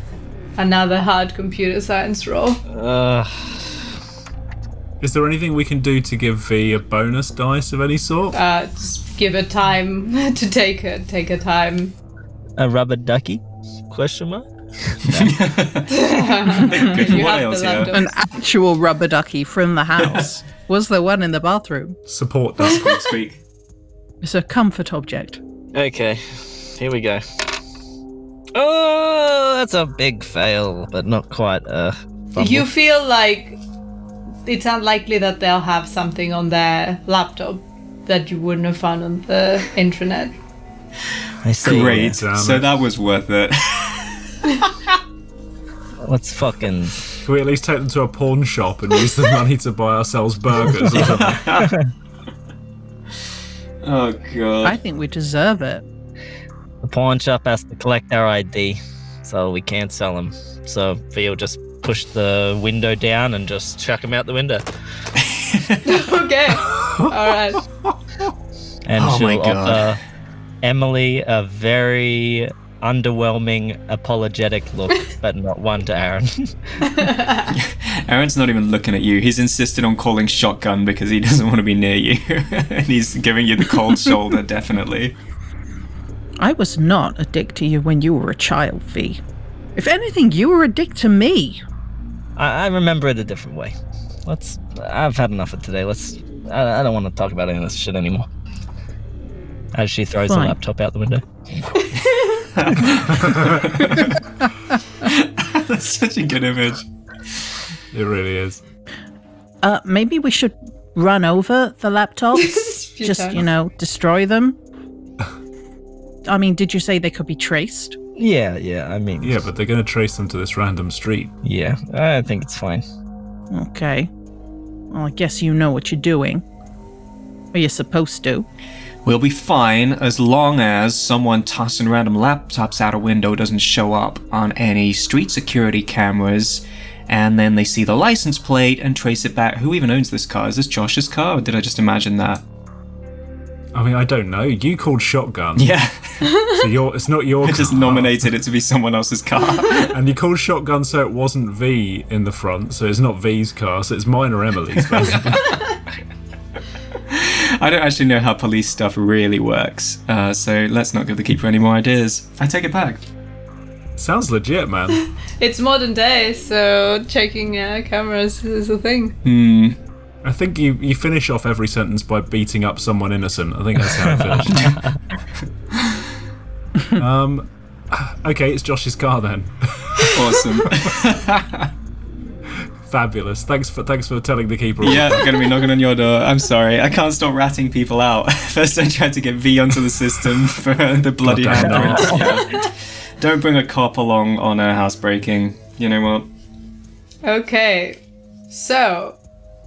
C: another hard computer science roll.
D: Uh,
E: Is there anything we can do to give V a bonus dice of any sort?
C: Uh, just give her time to take her take her time.
D: a rubber ducky? Question mark.
I: Good
C: You have
I: wild,
C: the
I: yeah.
C: laptop.
G: An actual rubber ducky from the house. Was there one in the bathroom?
E: Support us.
I: Squeak, squeak.
G: It's a comfort object.
D: Okay. Here we go. Oh, that's a big fail, but not quite uh, a. fumble.
C: You feel like it's unlikely that they'll have something on their laptop that you wouldn't have found on the intranet.
D: I see. uh,
I: Great.
E: Damn
I: So
E: it.
I: that was worth it.
D: Let's fucking.
E: Can we at least take them to a pawn shop and use the money to buy ourselves burgers or something?
I: Oh god.
G: I think we deserve it.
D: The pawn shop has to collect our ID, so we can't sell them. So Theo just push the window down and just chuck them out the window.
C: okay, all right.
D: And
I: Oh
D: she'll
I: my God.
D: offer Emily a very underwhelming, apologetic look, but not one to Aaron.
I: Aaron's not even looking at you. He's insisted on calling shotgun because he doesn't want to be near you. and he's giving you the cold shoulder, definitely.
G: I was not a dick to you when you were a child, V. If anything, you were a dick to me.
D: I, I remember it a different way. Let's. I've had enough of today. Let's. I, I don't want to talk about any of this shit anymore. As she throws
G: Fine.
D: the laptop out the window.
I: That's such a good image.
E: It really is.
G: Uh, maybe we should run over the laptops.
C: Few
G: just,
C: times.
G: you know, destroy them. I mean, did you say they could be traced?
D: Yeah, yeah. I mean,
E: Yeah, but they're going to trace them to this random street.
D: yeah. I think it's fine.
G: Okay. Well, I guess you know what you're doing. Or you're supposed to.
I: We'll be fine as long as someone tossing random laptops out a window doesn't show up on any street security cameras and then they see the license plate and trace it back. Who even owns this car? Is this Josh's car or did I just imagine that?
E: I mean, I don't know. You called shotgun.
I: Yeah,
E: So your, it's not your
I: I just
E: car.
I: nominated it to be someone else's car.
E: And you called shotgun so it wasn't V in the front, so it's not V's car, so it's mine or Emily's. basically.
I: I don't actually know how police stuff really works, uh, so let's not give the keeper any more ideas. I take it back.
E: Sounds legit, man.
C: It's modern day, so checking uh, cameras is a thing.
E: I think you, you finish off every sentence by beating up someone innocent. I think that's how it finished. um, okay, it's Josh's car then.
I: Awesome.
E: Fabulous. Thanks for thanks for telling the keeper. all
I: yeah, I'm gonna be knocking on your door. I'm sorry, I can't stop ratting people out. First, I tried to get V onto the system for the bloody
E: Goddamn
I: handprint. Yeah. Don't bring a cop along on a housebreaking. You know what?
C: Okay, so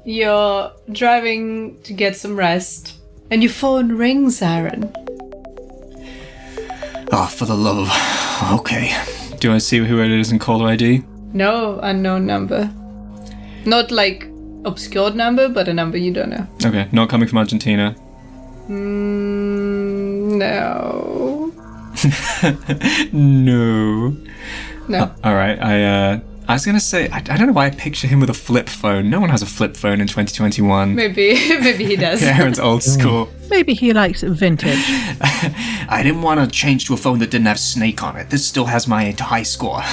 C: you're driving to get some rest, and your phone rings, Aaron.
I: Oh, for the love of. Okay. Do I see who it is and caller ID?
C: No unknown number. Not like obscured number, but a number you don't know.
I: Okay, not coming from Argentina.
C: Mm, no.
I: no.
C: No.
I: All right. I uh, I was gonna say I, I don't know why I picture him with a flip phone. No one has a flip phone in 2021.
C: maybe maybe he does.
I: Aaron's old school.
G: Maybe he likes it vintage.
I: I didn't want to change to a phone that didn't have Snake on it. This still has my high score.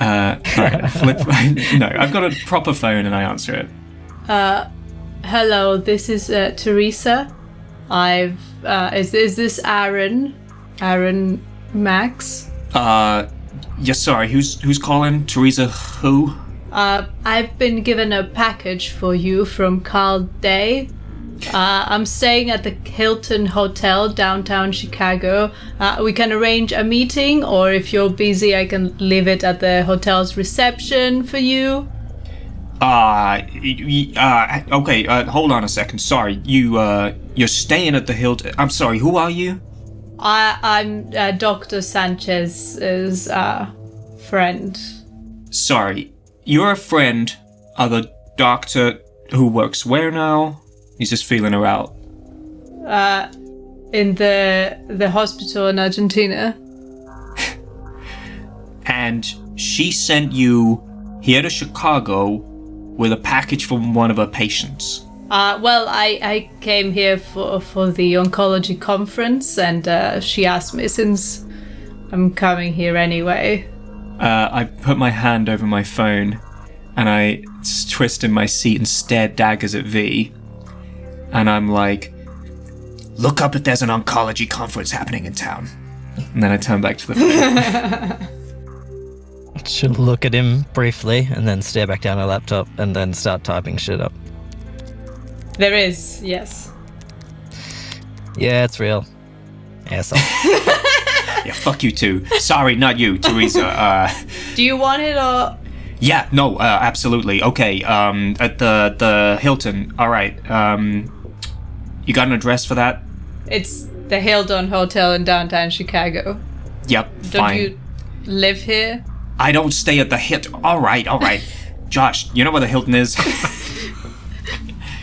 I: Uh, all right, a flip phone. No, I've got a proper phone and I answer it.
C: Hello, this is uh, Teresa. I've uh, is is this Aaron? Aaron Max.
I: Uh, yes, sorry. Who's who's calling? Teresa? Who?
C: Uh, I've been given a package for you from Carl Day. Uh, I'm staying at the Hilton Hotel downtown Chicago. Uh, we can arrange a meeting, or if you're busy, I can leave it at the hotel's reception for you.
I: Uh, y- y- uh, okay, uh, hold on a second. Sorry, you, uh, you're staying at the Hilton. I'm sorry, who are you?
C: I, I'm uh, Dr. Sanchez's uh, friend.
I: Sorry, you're a friend of the doctor who works where now? He's just feeling her out.
C: uh, in the the hospital in Argentina.
I: And she sent you here to Chicago with a package from one of her patients.
C: Uh, well, I, I came here for, for the oncology conference, and uh, she asked me since I'm coming here anyway.
I: Uh, I put my hand over my phone and I s- twist in my seat and stare daggers at V. And I'm like, look up if there's an oncology conference happening in town. And then I turn back to the phone.
D: She'll look at him briefly and then stare back down her laptop and then start typing shit up.
C: There is, yes.
D: Yeah, it's real. Asshole.
I: yeah, fuck you too. Sorry, not you, Teresa. Uh,
C: Do you want it or
I: yeah, no, uh, absolutely. Okay, um, at the, the Hilton. All right. Um, you got an address for that?
C: it's the Hilton Hotel in downtown Chicago?
I: Yep,
C: Don't
I: fine.
C: you live here?
I: I don't stay at the Hilton. All right, all right. Josh, you know where the Hilton is?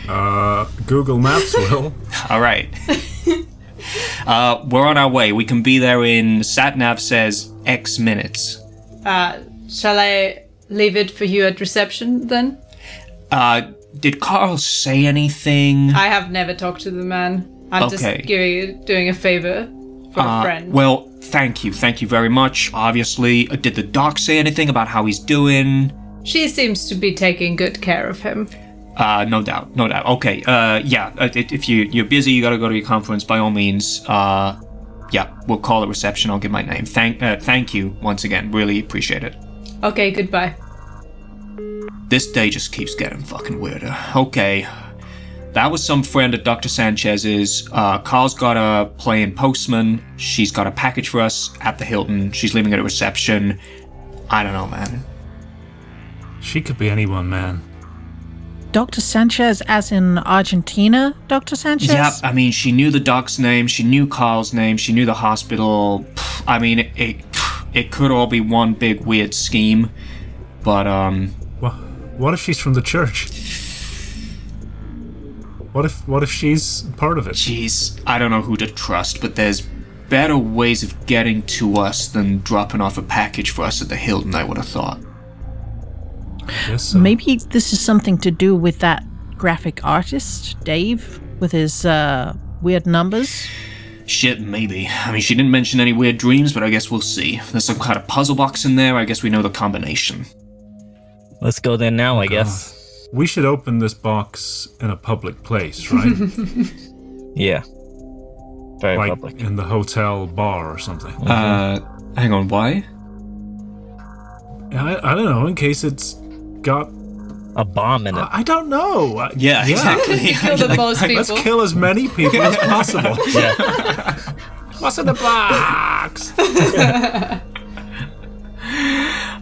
E: Uh, Google Maps will.
I: all right. Uh, we're on our way. We can be there in sat nav says X minutes.
C: Uh, shall I leave it for you at reception then?
I: Uh, did Carl say anything?
C: I have never talked to the man. I'm
I: Okay.
C: just giving, doing a favor for a
I: Uh,
C: friend.
I: well, thank you, thank you very much. Obviously, Uh, did the doc say anything about how he's doing?
C: she seems to be taking good care of him.
I: Uh, no doubt, no doubt. Okay, uh, yeah. uh, i- If you you're busy, you gotta go to your conference. By all means, uh, yeah. We'll call the reception. I'll give my name. Thank, uh, thank you once again. Really appreciate it.
C: Okay, goodbye.
I: This day just keeps getting fucking weirder. Okay. That was some friend of Dr. Sanchez's. Uh, Carl's got a playing postman. She's got a package for us at the Hilton. She's leaving at a reception. I don't know, man.
E: She could be anyone, man.
G: Dr. Sanchez, as in Argentina, Dr. Sanchez?
I: Yep, I mean, she knew the doc's name, she knew Carl's name, she knew the hospital. Pff, I mean, it it, it could all be one big weird scheme, but um,
E: What? What if she's from the church? What if? What if she's part of it?
I: jeez, I don't know who to trust. But there's better ways of getting to us than dropping off a package for us at the Hilton. I would have thought.
E: Yes. so.
G: Maybe this is something to do with that graphic artist, Dave, with his uh, weird numbers.
I: Shit, maybe. I mean, she didn't mention any weird dreams, but I guess we'll see. There's some kind of puzzle box in there. I guess we know the combination.
D: Let's go there now, I guess.
E: We should open this box in a public place, right?
D: Yeah. Very
E: like
D: public.
E: in the hotel bar or something.
I: Uh, hang on. Why?
E: I, I don't know. In case it's got,
D: A bomb in it.
E: I, I don't know. I-
I: Yeah, exactly.
C: Kill the most
E: Let's
C: people.
E: kill as many people as possible.
D: Yeah.
E: What's in the box?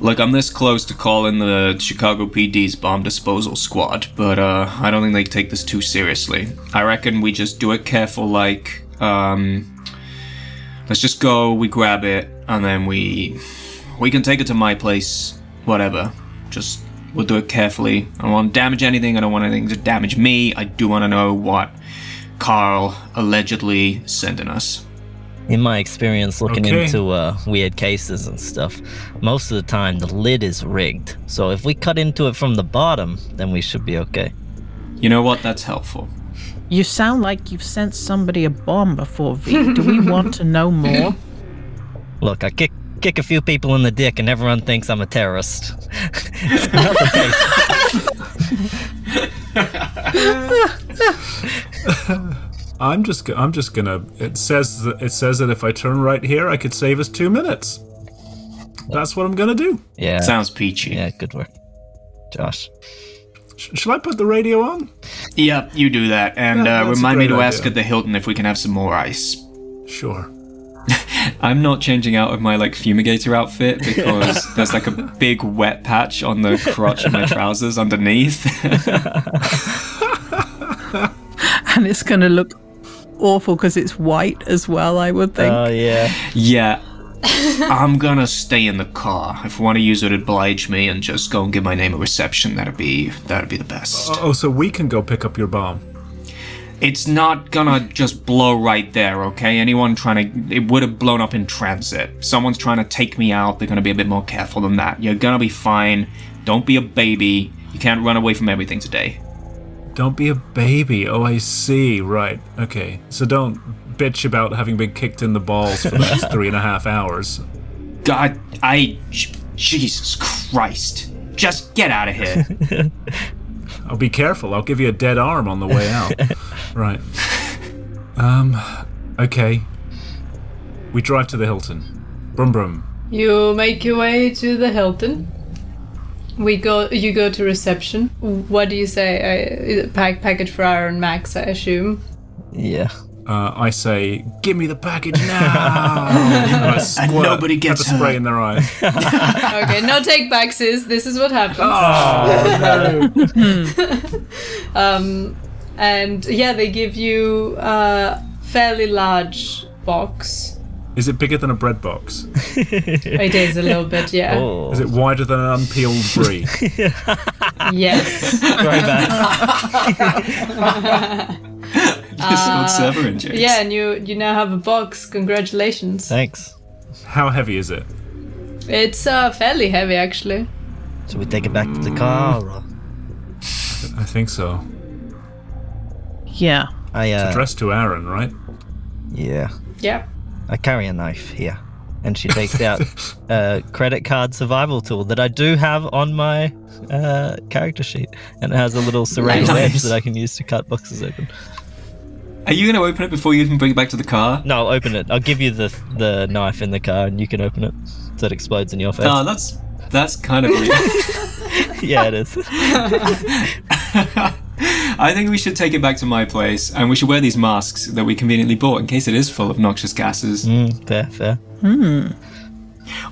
I: Look, I'm this close to calling the Chicago PD's bomb disposal squad, but uh, I don't think they take this too seriously. I reckon we just do it careful, like, um, let's just go, we grab it, and then we, we can take it to my place, whatever. Just We'll do it carefully. I don't want to damage anything. I don't want anything to damage me. I do want to know what Carl allegedly sending us.
D: In my experience looking
E: Okay.
D: into uh, weird cases and stuff, most of the time the lid is rigged. So if we cut into it from the bottom, then we should be okay.
I: You know what? That's helpful.
G: You sound like you've sent somebody a bomb before, V. Do we want to know more?
D: Look, I kick kick a few people in the dick and everyone thinks I'm a terrorist. It's not the case.
E: I'm just go- I'm just gonna. It says that it says that if I turn right here, I could save us two minutes. That's what I'm gonna do.
D: Yeah.
I: Sounds peachy.
D: yeah, good work. Josh.
E: Sh- shall I put the radio on?
I: Yep, you do that. And
E: Yeah,
I: uh,
E: that's a
I: remind me to
E: great
I: ask
E: idea.
I: at the Hilton if we can have some more ice.
E: Sure.
I: I'm not changing out of my like fumigator outfit because there's like a big wet patch on the crotch of my trousers underneath.
G: And it's going to look awful because it's white as well, I would think.
D: Oh yeah.
I: yeah. I'm gonna stay in the car. If one of you would oblige me and just go and give my name a reception, that'd be that'd be the best.
E: Oh, so we can go pick up your bomb.
I: It's not gonna just blow right there, okay? Anyone trying to. It would have blown up in transit. Someone's trying to take me out, they're gonna be a bit more careful than that. You're gonna be fine. Don't be a baby. You can't run away from everything today.
E: Don't be a baby. Oh, I see. Right. Okay. So don't bitch about having been kicked in the balls for the last three and a half hours.
I: God, I. j- Jesus Christ. Just get out of here.
E: I'll be careful. I'll give you a dead arm on the way out. right. Um. Okay. We drive to the Hilton. Brum brum.
C: You make your way to the Hilton. We go. You go to reception. What do you say? Uh, pack package for Iron Max, I assume.
D: Yeah.
E: Uh, I say, give me the package now. and I squirt
I: nobody gets
E: pepper spray
I: hurt.
E: in their eyes.
C: Okay, no take back, sis. This is what happens. um, and yeah, they give you a fairly large box.
E: Is it bigger than a bread box?
C: It is a little bit, yeah.
I: Oh.
E: Is it wider than an unpeeled brie?
C: Yes.
I: Just old server injuries.
C: Yeah, and you you now have a box. Congratulations.
D: Thanks.
E: How heavy is it?
C: It's uh, fairly heavy, actually.
D: Should we take it back to the car or
E: I think so.
G: Yeah.
D: I uh,
E: Addressed to Aaron, right?
D: yeah.
C: Yeah.
D: I carry a knife here. And she takes out a credit card survival tool that I do have on my uh, character sheet. And it has a little serrated
I: Nice.
D: edge that I can use to cut boxes open.
I: Are you going to open it before you even bring it back to the car?
D: No, open it. I'll give you the the knife in the car and you can open it so it explodes in your face.
I: Oh, that's. That's kind of weird.
D: yeah, it is.
I: I think we should take it back to my place and we should wear these masks that we conveniently bought in case it is full of noxious gases.
D: Mm, fair, fair.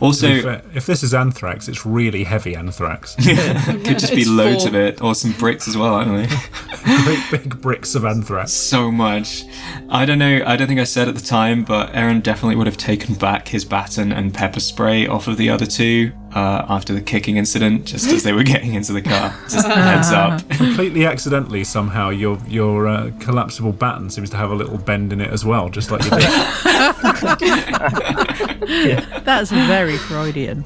I: Also,
E: If, uh, if this is anthrax, it's really heavy anthrax.
I: could just be
C: It's
I: loads of
C: full.
I: it or some bricks as well, I don't know.
E: Great big bricks of anthrax.
I: so much. I don't know. I don't think I said at the time, but Aaron definitely would have taken back his baton and pepper spray off of the other two uh, after the kicking incident, just as they were getting into the car. Just heads up.
E: Completely accidentally, somehow your your uh, collapsible baton seems to have a little bend in it as well, just like your dick.
G: That's very Freudian.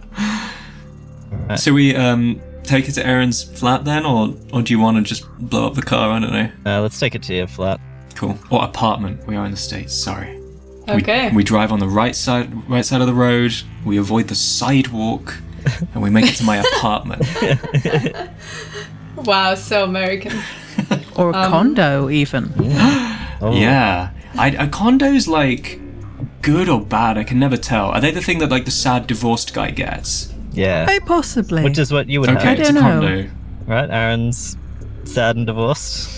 I: so we um, take it to Aaron's flat then, or or do you want to just blow up the car? I don't know.
D: Uh, let's take it to your flat.
I: Cool. Or apartment. We are in the states. Sorry. We-
C: Okay.
I: We, drive on the right side, right side of the road. We avoid the sidewalk, and we make it to my apartment.
C: Wow, so American.
G: Or
D: Um,
G: a condo, even.
I: Yeah, I, a condo's like good or bad. I can never tell. Are they the thing that like the sad divorced guy gets?
D: Yeah.
G: Very possibly.
D: Which is what you would
I: Okay,
D: have,
I: it's a
G: don't know.
I: condo.
D: right? Aaron's sad and divorced.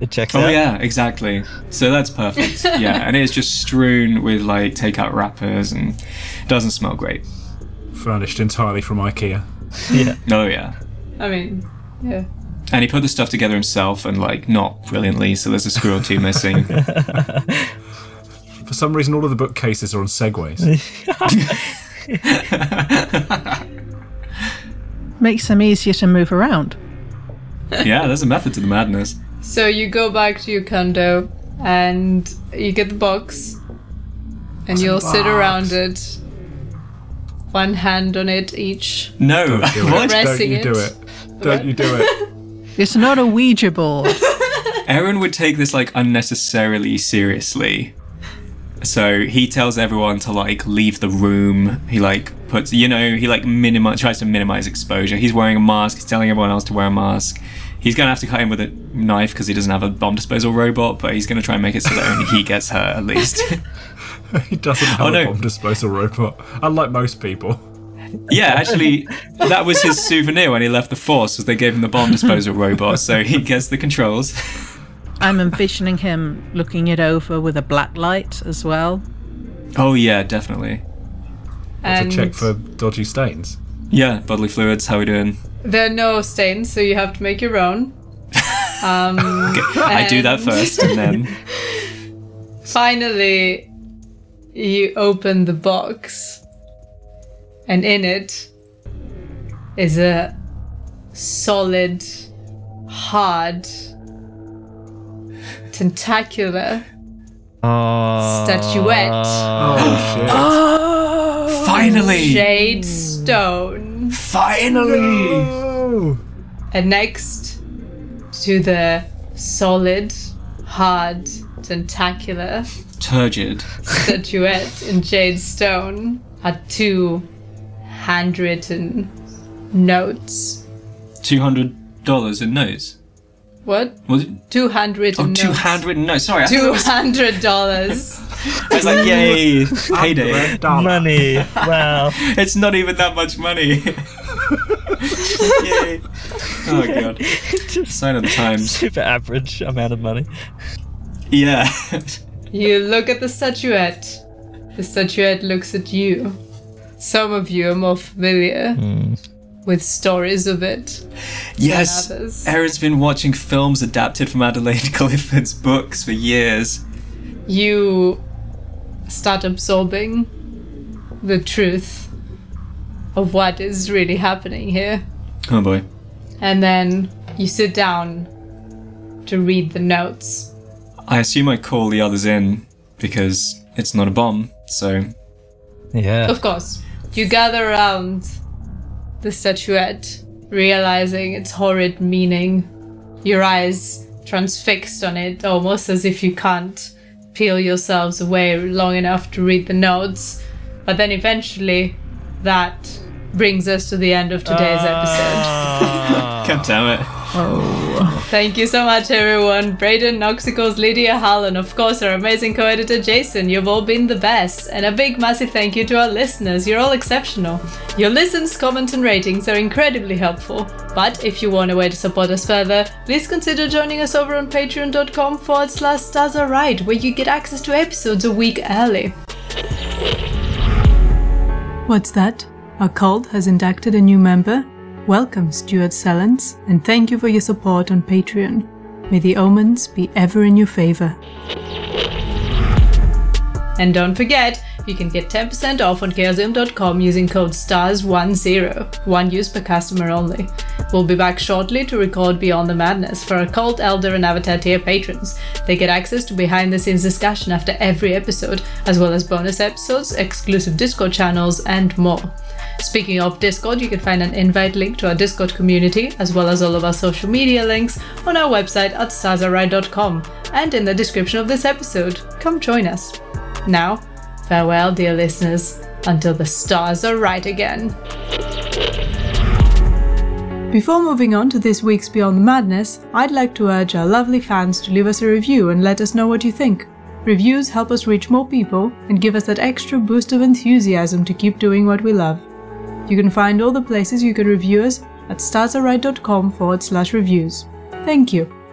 D: It checks
I: Oh
D: out.
I: yeah, exactly. So that's perfect. yeah, and it's just strewn with like takeout wrappers and doesn't smell great.
E: furnished entirely from IKEA.
I: Oh yeah.
C: I mean, yeah.
I: And he put the stuff together himself and like not brilliantly, so there's a screw or two missing.
E: For some reason, all of the bookcases are on segways.
G: Makes them easier to move around.
I: yeah, there's a method to the madness.
C: So you go back to your condo and you get the box and you'll sit around it, one hand on it each.
I: No,
E: do it.
I: what?
E: Don't
C: Pressing
E: you do it.
C: it.
E: Don't you do it.
G: It's not a Ouija board.
I: Aaron would take this like unnecessarily seriously. So he tells everyone to like leave the room. He like puts, you know, he like minimize tries to minimize exposure. He's wearing a mask. He's telling everyone else to wear a mask. He's gonna have to cut him with a knife because he doesn't have a bomb disposal robot. But he's gonna try and make it so that only he gets hurt at least.
E: He doesn't have
I: Oh,
E: a
I: no.
E: bomb disposal robot, unlike most people.
I: yeah, actually, that was his souvenir when he left the force. Was they gave him the bomb disposal robot, so he gets the controls.
G: I'm envisioning him looking it over with a black light as well.
I: Oh yeah, definitely.
C: And
E: to check for dodgy stains.
I: Yeah, bodily fluids. How we doing?
C: there are no stains, so you have to make your own. Um,
I: I do that first, and then
C: finally, you open the box, and in it is a solid, hard, tentacular
D: Oh,
C: statuette,
E: Oh shit!
C: Oh,
I: finally,
C: jade stone.
I: finally.
C: annexed to the solid, hard, tentacular
I: Turgid.
C: statuette in jade stone are two handwritten notes.
I: Two hundred dollars in notes.
C: What?
I: Was it?
C: Two handwritten
I: Oh,
C: notes.
I: two handwritten notes. Sorry, I, thought it
C: Two
I: was,
C: hundred dollars.
I: I was like, yay, payday.
D: money! Wow.
I: It's not even that much money. yay. Oh god. Sign of the times.
D: Super average amount of money.
I: Yeah.
C: You look at the statuette. The statuette looks at you. Some of you are more familiar with stories of it.
I: yes.
C: others.
I: Erin's been watching films adapted from Adelaide Clifford's books for years.
C: you start absorbing the truth of what is really happening here.
I: Oh boy.
C: And then you sit down to read the notes.
I: I assume I call the others in because it's not a bomb, so
D: Yeah.
C: Of course, you gather around the statuette, realizing its horrid meaning, your eyes transfixed on it, almost as if you can't peel yourselves away long enough to read the notes. But then eventually, that brings us to the end of today's episode.
I: God damn it.
C: Thank you so much, everyone. Braden, Noxicals, Lydia, Hal, and of course, our amazing co editor Jason. You've all been the best. And a big, massive thank you to our listeners. You're all exceptional. Your listens, comments, and ratings are incredibly helpful. But if you want a way to support us further, please consider joining us over on patreon.com forward slash stars are right, where you get access to episodes a week early.
J: What's that? Our cult has inducted a new member? Welcome, Stuart Sellens, and thank you for your support on Patreon. May the omens be ever in your favor.
C: And don't forget, you can get 10% off on chaosium.com using code STARS10, one use per customer only. We'll be back shortly to record Beyond the Madness for our Cult Elder and Avatar tier patrons. They get access to behind the scenes discussion after every episode, as well as bonus episodes, exclusive Discord channels, and more. Speaking of Discord, you can find an invite link to our Discord community, as well as all of our social media links, on our website at starsaride.com and in the description of this episode. Come join us. Now, farewell, dear listeners, until the stars are right again.
J: Before moving on to this week's Beyond the Madness, I'd like to urge our lovely fans to leave us a review and let us know what you think. Reviews help us reach more people and give us that extra boost of enthusiasm to keep doing what we love. You can find all the places you can review us at starsaride.com forward slash reviews. Thank you.